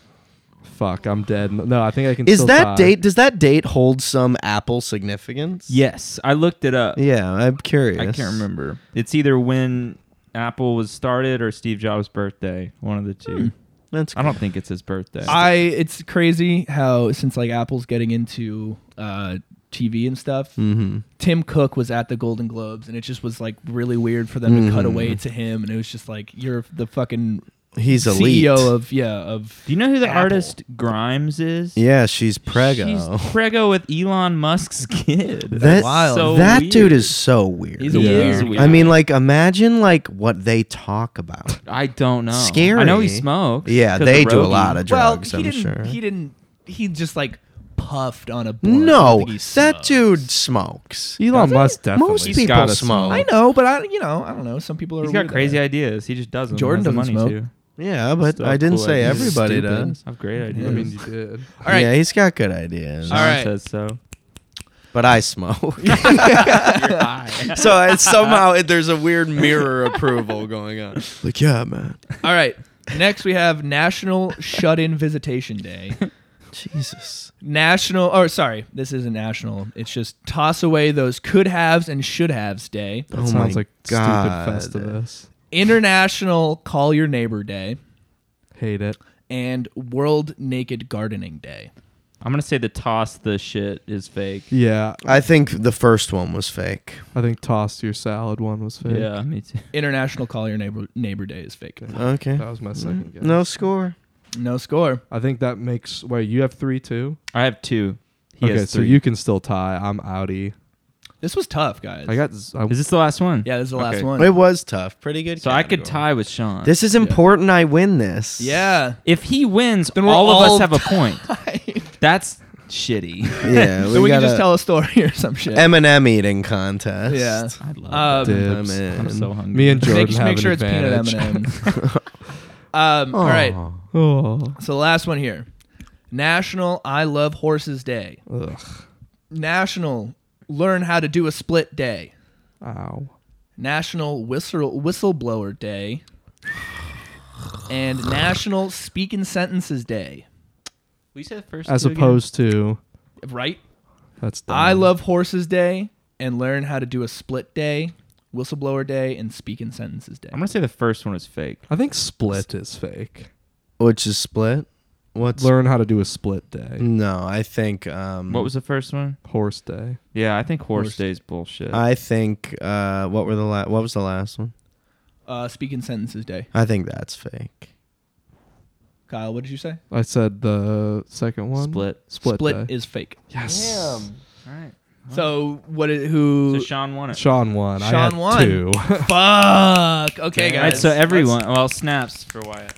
Fuck, I'm dead. No, I think I can.
Is
still
that
tie.
date? Does that date hold some Apple significance?
Yes, I looked it up.
Yeah, I'm curious.
I can't remember. It's either when Apple was started or Steve Jobs' birthday. One of the two.
That's
I don't think it's his birthday.
I it's crazy how since like Apple's getting into uh, TV and stuff,
Mm-hmm.
Tim Cook was at the Golden Globes, and it just was like really weird for them to cut away to him, and it was just like you're the fucking
He's elite.
CEO E of yeah of
Do you know who the
Apple.
artist Grimes is?
yeah, she's prego.
She's Prego with Elon Musk's kid.
that
wild. so
that dude
weird.
is so weird.
He's
He
a
is
weird
weird.
I mean, like, imagine like what they talk about.
I don't know.
Scary.
I know he smokes.
Yeah,
'cause of
they do a
Rogan.
lot of
well
drugs.
he
I'm
didn't
sure.
he didn't he just like puffed on a blunt. I
no,
think he
that
smoked.
dude smokes.
Elon Musk definitely.
Most
He's
people
gotta
smoke.
smoke.
I know, but I you know I don't know. Some people are
He's got
weird
crazy
that way.
ideas. He just doesn't.
Jordan
has the
doesn't
money
smoke.
To.
Yeah, but
Still
I
have
didn't
cool
say
ideas.
everybody
Stupid.
does.
I have great
I
ideas.
mean, you did.
All right,
Yeah, he's got good ideas.
All right.
says so.
But I [LAUGHS] smoke. so it's somehow it, there's a weird mirror approval going on. Like, yeah, man.
all right. Next we have National Shut In Visitation Day.
Jesus.
National, or sorry, this isn't national. It's just toss away those could haves and should haves day.
That
Oh
sounds
my
like
God.
stupid Festivus.
International call your neighbor day
Hate it.
and World Naked Gardening Day.
I'm gonna say the toss the shit is fake.
Yeah,
I think the first one was fake.
I think toss your salad one was fake.
Yeah, me too.
International call your neighbor neighbor day is fake.
Okay.
Oh,
that was my second guess.
Mm-hmm. No score.
No score.
I think that makes. Wait, you have three too.
I have two. He
okay,
has
so
three.
you can still tie. I'm outie.
This was tough, guys.
I got. z- I,
is this the last one?
yeah, this is the last
Okay.
one.
It was tough. Pretty good.
So I could
category.
tie with Sean.
This is important. I win this.
yeah.
if he wins,
Then
all,
we're
of
all
us have a point.
[LAUGHS]
That's shitty.
Yeah.
[LAUGHS] so we can
got
just
a
tell a story [LAUGHS] or some shit.
M&M eating contest.
yeah.
I love
Um,
Dude.
make-
I'm
Dibs.
in.
I'm so hungry.
me and Jordan
make,
have an
sure it's
advantage.
peanut M&Ms.
[LAUGHS]
um, all right.
Oh,
So the last one here. National I Love Horses Day.
Ugh.
National Learn How to Do a Split Day.
ow.
National Whistle Whistleblower Day. And National Speaking Sentences Day.
we said first.
As opposed to
Right?
that's.
I
dumb.
Love Horses Day and Learn How to Do a Split Day Whistleblower Day, and Speak in Sentences Day.
I'm gonna say the first one is fake.
I think split is fake.
Which is split. What's
Learn how to do a split
Mm.
day.
no? I think.
Hmm.
Um,
What was the first one?
Horse day.
Yeah, I think horse,
Horse.
day's bullshit.
I think. Uh, what were the la- What was the last one?
Uh, Speak in Sentences Day.
I think that's fake.
Kyle, what did you say?
I said the second one.
Split.
Split.
Split
day.
is fake.
yes.
Damn.
All right.
So what? Is, who?
So Sean won it.
Sean won. I
Sean
had
won. [LAUGHS]
Two.
Fuck. Okay,
All right,
guys.
so everyone, well, snaps for Wyatt.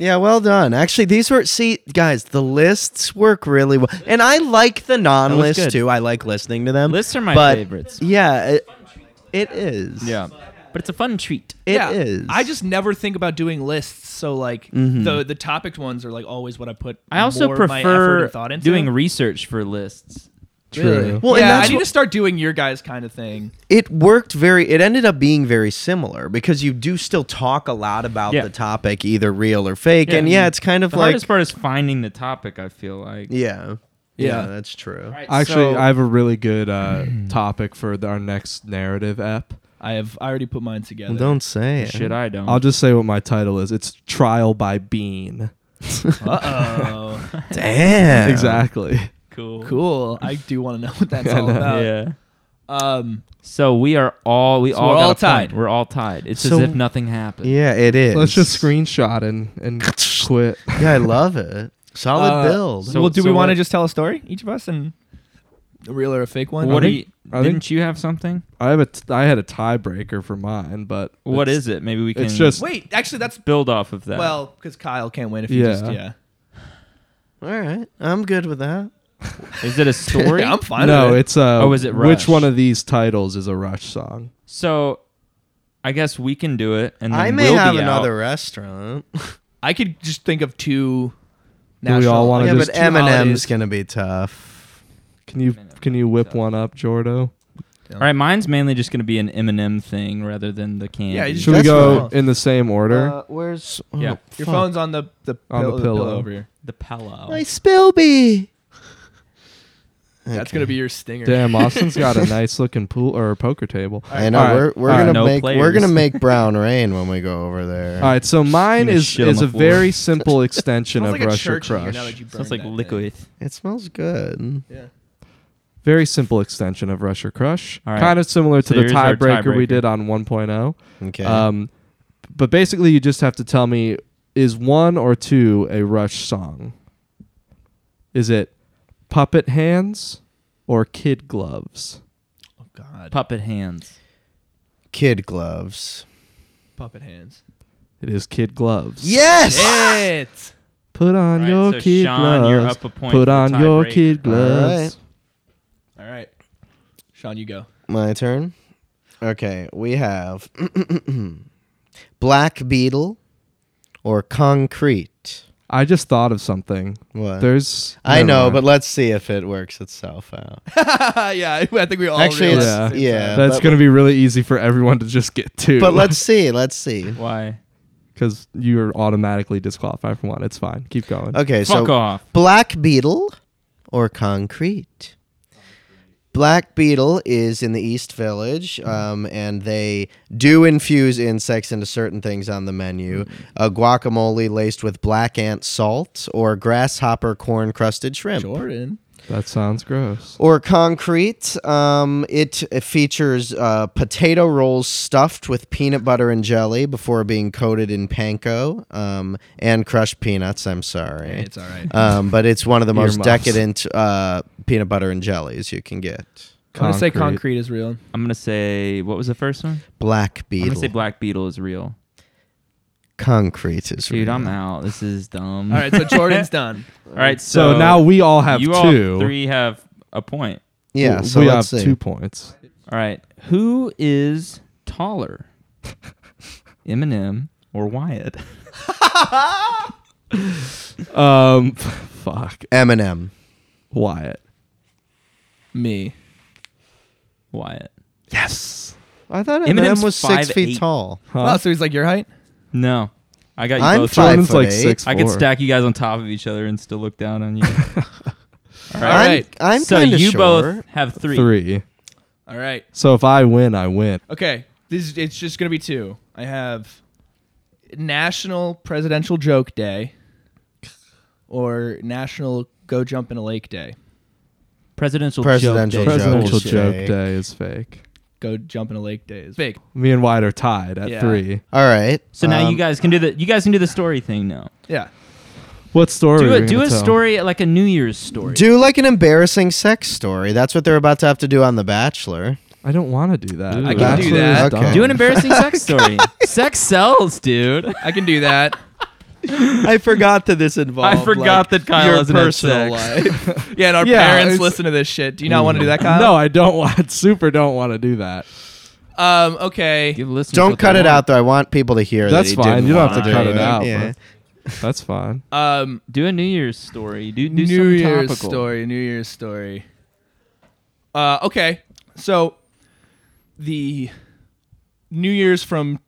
Yeah, well done. Actually, these were see guys, the lists work really well, and I like the non-list
good.
too. I like listening to them.
Lists are my
but
favorites.
Yeah, it, it is.
Yeah, but it's a fun treat.
it is.
yeah, I just never think about doing lists, so like
Mm-hmm.
the the topic ones are like always what I put.
I also
more of my effort
prefer
and thought into.
doing research for lists.
True.
Well, and
yeah, I
that's
need
what-
to start doing your guys' kind of thing.
it worked very. It ended up being very similar because you do still talk a lot about
Yeah.
the topic, either real or fake, and yeah, it's kind of
The
like
hardest part is finding the topic. I feel like.
yeah,
Yeah.
that's true.
Actually, I have a really
[CLEARS THROAT]
good uh, topic for the, our next narrative app.
I have I already put mine together.
Don't say it.
shit. I
Oh.
don't.
I'll just say what my title is. It's Trial by
[LAUGHS]
Bean. [LAUGHS]
Uh oh.
[LAUGHS] Damn.
Exactly.
cool.
cool. I do want to know what that's
[LAUGHS] Yeah, I
all
know.
about.
Yeah.
Um,
So we are all we
So
all
we're
got
all
a point.
tied.
We're all tied. It's
So-
as if nothing happened.
Yeah, it is.
Let's just screenshot and, and quit.
Yeah, I love it. Solid
Uh,
build.
So-
well, do
so
we want to
what-
just tell a story, each of us, and a real or a fake one?
What
I
do you?
think- I think-
Didn't you have something?
I have a t- I had a tiebreaker for mine, but
What
it's-
is it? Maybe we can.
it's just-
Wait, actually, that's
build off of that.
well because Kyle can't win if you
Yeah.
just yeah.
All right, I'm good with that.
is it a [LAUGHS]
[LAUGHS]
story?
Yeah, I'm fine.
no,
with it.
it's uh
Oh, is it
which
Rush?
one of these titles is a Rush song?
so, I guess we can do it, and then
I may
we'll
have
be out.
another restaurant.
I could just think of two.
Do we all
national-
wanna
yeah,
just
but
two
M and M's
holidays.
gonna be tough.
Can you can you whip one up, Jordo?
All right, mine's mainly just going to be an Eminem thing rather than the candy.
Yeah, you
Should we
That's
go
fine.
in the same order?
Uh,
where's
Yeah.
Your phone's on the the
On the
pillow, the pillow
pillow.
over here.
the pillow.
My Spilby.
That's gonna be your stinger. [LAUGHS]
Damn, Austin's got a nice looking pool or poker table.
I know
All right.
we're we're
All right,
gonna
no
make we're
players.
gonna
[LAUGHS]
make brown rain when we go over there.
All right, so
[LAUGHS]
mine
gonna
is
shit on
is
the
a
floor.
very simple extension
Sounds
of
like a
Rush or
church in here now
Crush.
that you burned
Sounds like
that
liquid.
It smells good.
thing. Yeah.
Very simple extension of Rush or Crush.
All right.
Kind of similar to
So
the
here's our
tiebreaker we
tiebreaker.
did on oh. 1.0.
Okay.
Um, but basically, you just have to tell me is one or two a Rush song? Is it Puppet Hands or Kid Gloves?
Oh God.
Puppet hands.
Kid gloves.
Puppet hands.
It is Kid Gloves.
Yes.
Shit.
Put on
All right,
your
so
kid
Sean,
gloves.
you're up a point for
Put
the
on your
tiebreaker.
kid
All
gloves.
right.
All right. Sean, you go. [LAUGHS]
My turn. Okay, we have [CLEARS THROAT] black beetle or concrete.
I just thought of something.
What?
There's
Uh, I
never
know,
mind.
but let's see if it works itself out.
yeah, I think we all
Actually, it's,
realized
Oh, Yeah.
yeah,
it's-
that's
but-
gonna be really easy for everyone to just get two.
But
[LAUGHS]
let's see. Let's see.
Why?
because you're automatically disqualified from one. It's fine. Keep going.
Okay,
Fuck
so
off.
Black Beetle or concrete? Black Beetle is in the East Village, um, and they do infuse insects into certain things on the menu. A guacamole laced with black ant salt, or grasshopper corn crusted shrimp.
Jordan.
That sounds gross.
Or concrete. Um, it, it features uh, potato rolls stuffed with peanut butter and jelly before being coated in panko um, and crushed peanuts. I'm sorry
It's all right.
um, but it's one of the most
Earmuffs.
decadent uh, peanut butter and jellies you can get.
I'm gonna say
Concrete.
concrete is real.
I'm going to say, what was the first one?
Black
I'm
beetle.
going to say Black Beetle is real.
Concrete is
Dude,
real.
I'm out. This is dumb.
All right, so [LAUGHS] Jordan's done.
All right,
So,
so,
now we all have
you
two.
all three have a point.
Yeah,
W-
so
we have
let's see.
two points.
All right. Who is taller? Eminem or Wyatt?
Um, [LAUGHS] fuck
Eminem.
Wyatt.
Me.
Wyatt.
Yes.
I thought
Eminem's
Eminem was six
5'8".
feet tall.
Oh,
Huh?
so he's like your height?
No. I got you
I'm
both.
five
Jordan's like
foot eight.
six.
I could
four.
stack you guys on top of each other and still
[LAUGHS]
look down on you. All
I'm, I'm
so
kind of
you
sure.
both have three.
three.
All right.
So if I win, I win.
Okay. This it's just gonna be two. I have National Presidential Joke Day or National Go Jump in a Lake Day.
Presidential,
Presidential
joke. day.
joke.
Presidential
Bullshit.
joke day is fake.
Go jump in a lake day is big.
Me and White are tied at
Yeah.
three.
All right.
So now you
Um,
guys can do the you guys can do the story thing now.
Yeah.
What story?
Do
are
a,
we
do
gonna
a
tell?
story like a New Year's story.
do like an embarrassing sex story. That's what they're about to have to do on The Bachelor.
I don't want to do that.
I can
That's
do
what
that.
is
Okay.
dumb.
Do an
[LAUGHS]
embarrassing sex story. Sex sells, dude.
I can do that.
I forgot that this involved.
I forgot that Kyle
Your
hasn't had
personal
sex.
life. yeah, and our
Yeah,
parents
it's-
listen to this shit. Do you not want to do that, Kyle?
[LAUGHS] No, I don't want. Super, don't want to do that.
Um, okay.
Give listeners
Don't
what
cut
they
it
want.
out though. I want people to hear. that
That's
he
fine.
didn't
You don't have
wanna
to cut
do
it out,
Yeah.
That's fine.
Um
Do a New Year's story. Do do
New
something
Year's
topical.
story. New Year's story. Uh, okay, so the New Year's from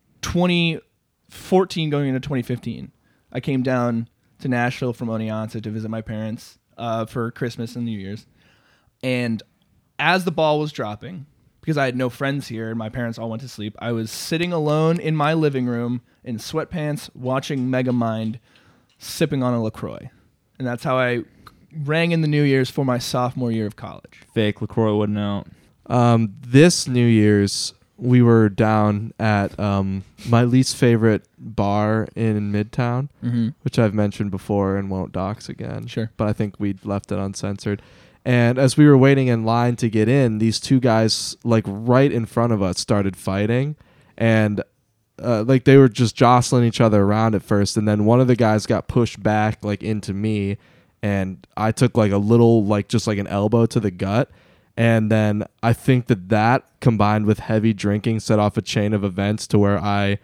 2014 going into 2015, I came down to Nashville from Oneonta to visit my parents uh, for Christmas and New Year's, and as the ball was dropping, because I had no friends here and my parents all went to sleep, I was sitting alone in my living room in sweatpants watching Megamind sipping on a LaCroix. And that's how I rang in the New Year's for my sophomore year of college.
Fake Lacroix wouldn't out.
Um, this New Year's, we were down at um, my least favorite bar in Midtown, which I've mentioned before and won't dox again.
Sure.
But I think we left it uncensored. And as we were waiting in line to get in, these two guys, like right in front of us, started fighting. And uh, like they were just jostling each other around at first. And then one of the guys got pushed back, like into me. And I took like a little, like just like an elbow to the gut. And then I think that that combined with heavy drinking set off a chain of events to where I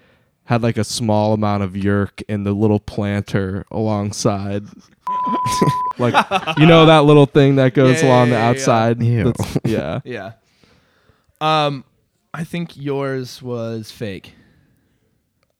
had like a small amount of yerk in the little planter alongside. like you know that little thing that goes
Yeah,
along
yeah,
the
yeah, yeah.
outside.
Ew. [LAUGHS]
That's- yeah.
Yeah. Um, I think yours was fake.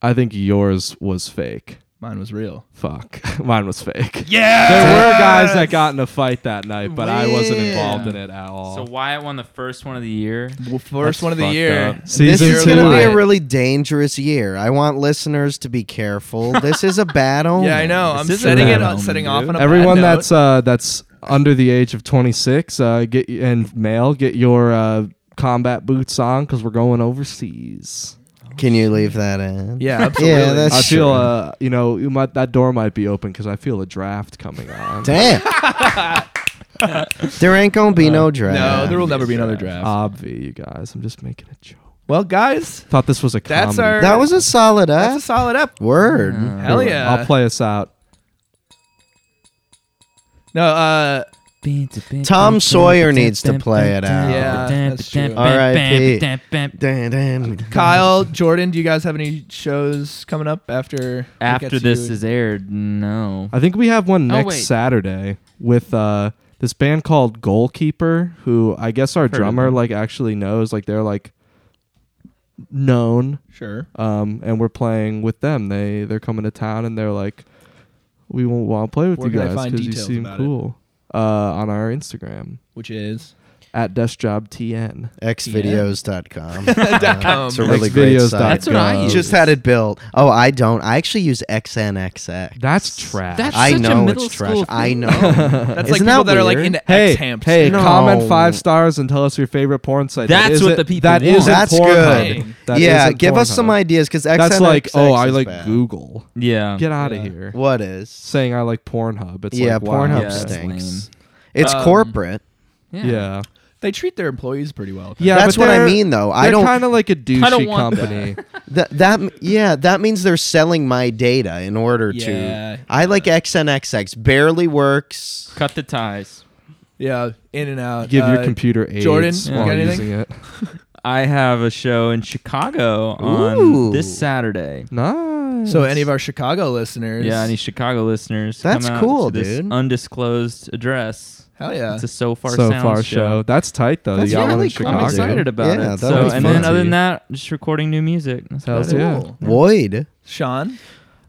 I think yours was fake.
Mine was real.
Fuck. [LAUGHS] Mine was fake. Yeah. There were guys that got in a fight that night, but I wasn't involved in it at all.
So Wyatt won the first one of the year.
Well, first
That's
one of the
fucked
year.
up.
This
Season
is
two.
going to be
Wyatt.
a really dangerous year. I want listeners to be careful. This is a battle.
Yeah, I know. I'm
This is
setting it
real,
up, setting
dude.
off on a
Everyone
bad note.
that's uh, that's under the age of 26, uh, get and male, get your uh, combat boots on because we're going overseas.
Can you leave that in?
yeah, absolutely.
[LAUGHS] Yeah, that's-
I feel
true.
uh, you know, you might, that door might be open because I feel a draft coming on.
Damn. there ain't gonna be no
[LAUGHS]
draft.
no, there will never be another draft.
Obvi, you guys. I'm just making a joke.
well, guys,
Thought this was a comedy.
That's our-
That was a solid
that's a
up.
solid up.
Word.
Hell yeah.
I'll play us out.
No, uh,
Tom Sawyer needs to play it out.
Yeah, that's true.
Dun, dun.
Kyle, Jordan, do you guys have any shows coming up after we
After
get to
this
you?
is aired, no.
I think we have one
Oh,
next
wait.
Saturday with uh this band called Goalkeeper, who I guess our
of
drummer
them.
like actually knows. Like they're like known.
sure.
Um, and we're playing with them. They they're coming to town and they're like, we won't want to play with
Where
you
can I
guys
find
because you
details
seem
about it?"
cool. Uh, on our Instagram
Which is
at deskjobtn.
Xvideos.com. Uh, it's a really great
Xvideos.com.
site.
That's what I
You
use.
Just had it built. Oh, I don't. I actually use XNXX.
That's trash.
That's
I
such a
know
middle
it's trash.
school
I
thing.
know.
That's
Isn't
like people
that
that, are like
weird?
into
Hey,
X hamps.
hey!
No.
Comment five stars and tell us your favorite porn site. That
That's what
isn't-
the people
That
want.
isn't
That's
Pornhub.
good.
That
yeah,
isn't
give us some
Pornhub.
ideas because XNXX.
That's like, oh, I
is
like
bad.
Google.
Yeah.
Get out of
Yeah.
here.
What is?
Saying I like Pornhub. It's
yeah,
like, wow.
Pornhub
Yeah, that's
stinks.
lame.
It's
Um,
corporate.
Yeah. Yeah,
They treat their employees pretty well.
yeah
That's
but
what I
they're-
mean, though. I
they're
don't-
kind of like a douchey
want
company.
That that yeah, that means they're selling my data in order
Yeah.
to. I like XNXX. Barely works.
Cut the ties.
Yeah, in and out.
Give your
Uh,
computer AIDS
Jordan, you
while
got anything?
using it.
I have a show in Chicago on
Ooh.
this Saturday.
Nice.
So any of our Chicago listeners,
Yeah, any Chicago listeners?
That's
come out
cool,
to this
dude.
Undisclosed address.
hell yeah,
It's a so far
so
Sounds
far
show.
show. That's tight though.
That's
you got one
really
in
cool,
Chicago.
I'm excited about
Yeah,
it.
that
So
was
and then
fun.
other than that, just recording new music. That's about
Hells
it.
yeah.
Void.
Sean.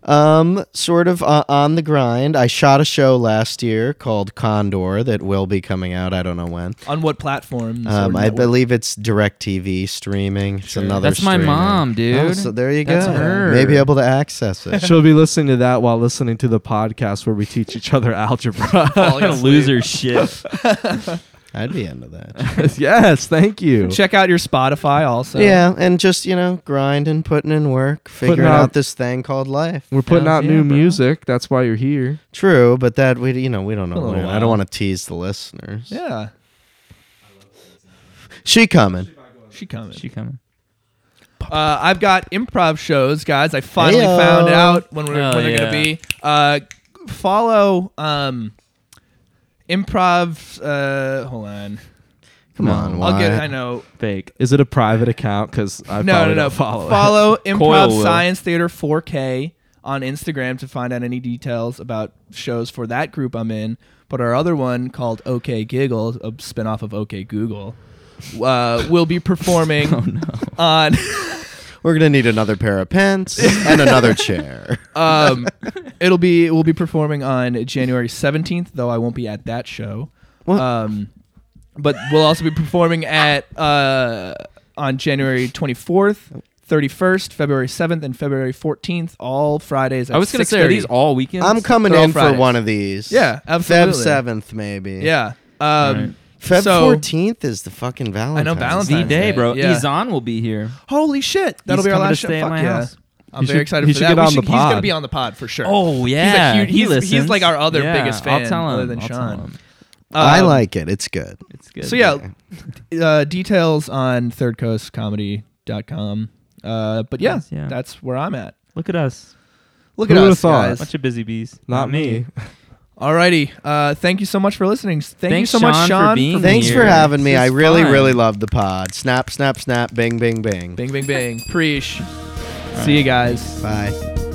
Um, sort of uh, on the grind. I shot a show last year called Condor that will be coming out. I don't know when.
On what platform?
Um, I believe it's DirecTV streaming. It's another.
That's my
streaming.
mom, dude.
Oh,
[LAUGHS]
so there you go.
That's her.
Maybe able to access
[LAUGHS]
it.
[LAUGHS] She'll be listening to that while listening to the podcast where we teach each other algebra. [LAUGHS]
[LAUGHS]
What kind of loser shit.
I'd be into that.
yes, thank you.
Check out your Spotify also.
yeah, and just you know, grinding, putting in work, figuring
out-
out, this thing called life.
We're putting
Hells
out
yeah,
new
bro.
music. That's why you're here.
True, but that we you know we don't know.
little
when. I
while.
don't want to tease the listeners.
Yeah.
She coming.
She coming.
She coming.
Uh, I've got improv shows, guys. I finally
Heyo.
found out when, we're,
Oh,
when they're going to
yeah.
be. Uh, follow um, improv. Uh, hold on.
Come on,
I'll get.
Wyatt.
I know.
Fake.
Is it a private account? Because I
no,
probably
no, no.
don't follow. [LAUGHS]
Follow,
it.
Improv
will.
Science Theater 4K on Instagram to find out any details about shows for that group I'm in. But our other one called OK Giggle, a spinoff of OK Google, uh, will be performing on.
We're gonna need another pair
[LAUGHS]
of pants and another chair.
Um, it'll be we'll be performing on January seventeenth, though I won't be at that show.
What?
Um, but we'll also be performing at uh, on January twenty fourth, thirty first, February seventh, and February fourteenth, all Fridays. At
I was gonna say, are
6:30.
these all weekends?
I'm coming
They're all
in for
Fridays.
one of these.
Yeah,
Feb
absolutely.
seventh, maybe.
Yeah. Um,
right.
Feb
so-
fourteenth is the fucking Valentine's.
Valentine's
the
Day.
day, bro.
Yeah.
Izan will be here.
Holy shit! That'll
He's
be our
coming to
last show.
stay at
Fuck
my
yeah.
house.
I'm
He
very
should-
excited
he
for
should
that.
get
We
on the
He's gonna
pod.
be on the pod for sure. Um,
Oh
a
yeah,
huge-
he
he's- he's
listens.
like our other
Yeah,
biggest fan,
I'll tell him.
other than
I'll tell
Sean.
him.
I
Um,
like it. It's good.
It's good.
So yeah, uh, details on thirdcoastcomedy.com. Uh, but yeah,
Yes, yeah.
that's where I'm at.
look at us.
Look
Who
at
would've
us,
thought?
guys.
Bunch of busy bees.
Not me.
Alrighty. Uh, thank you so much for listening. Thank
Thanks,
you so much,
Sean, for
Sean.
being
Thanks for
Weird.
having me.
This
I
is
really,
fun.
really love the pod. Snap, snap, snap. Bing, bing, bing.
Bing, bing, bing. Preach. See you guys.
Bye.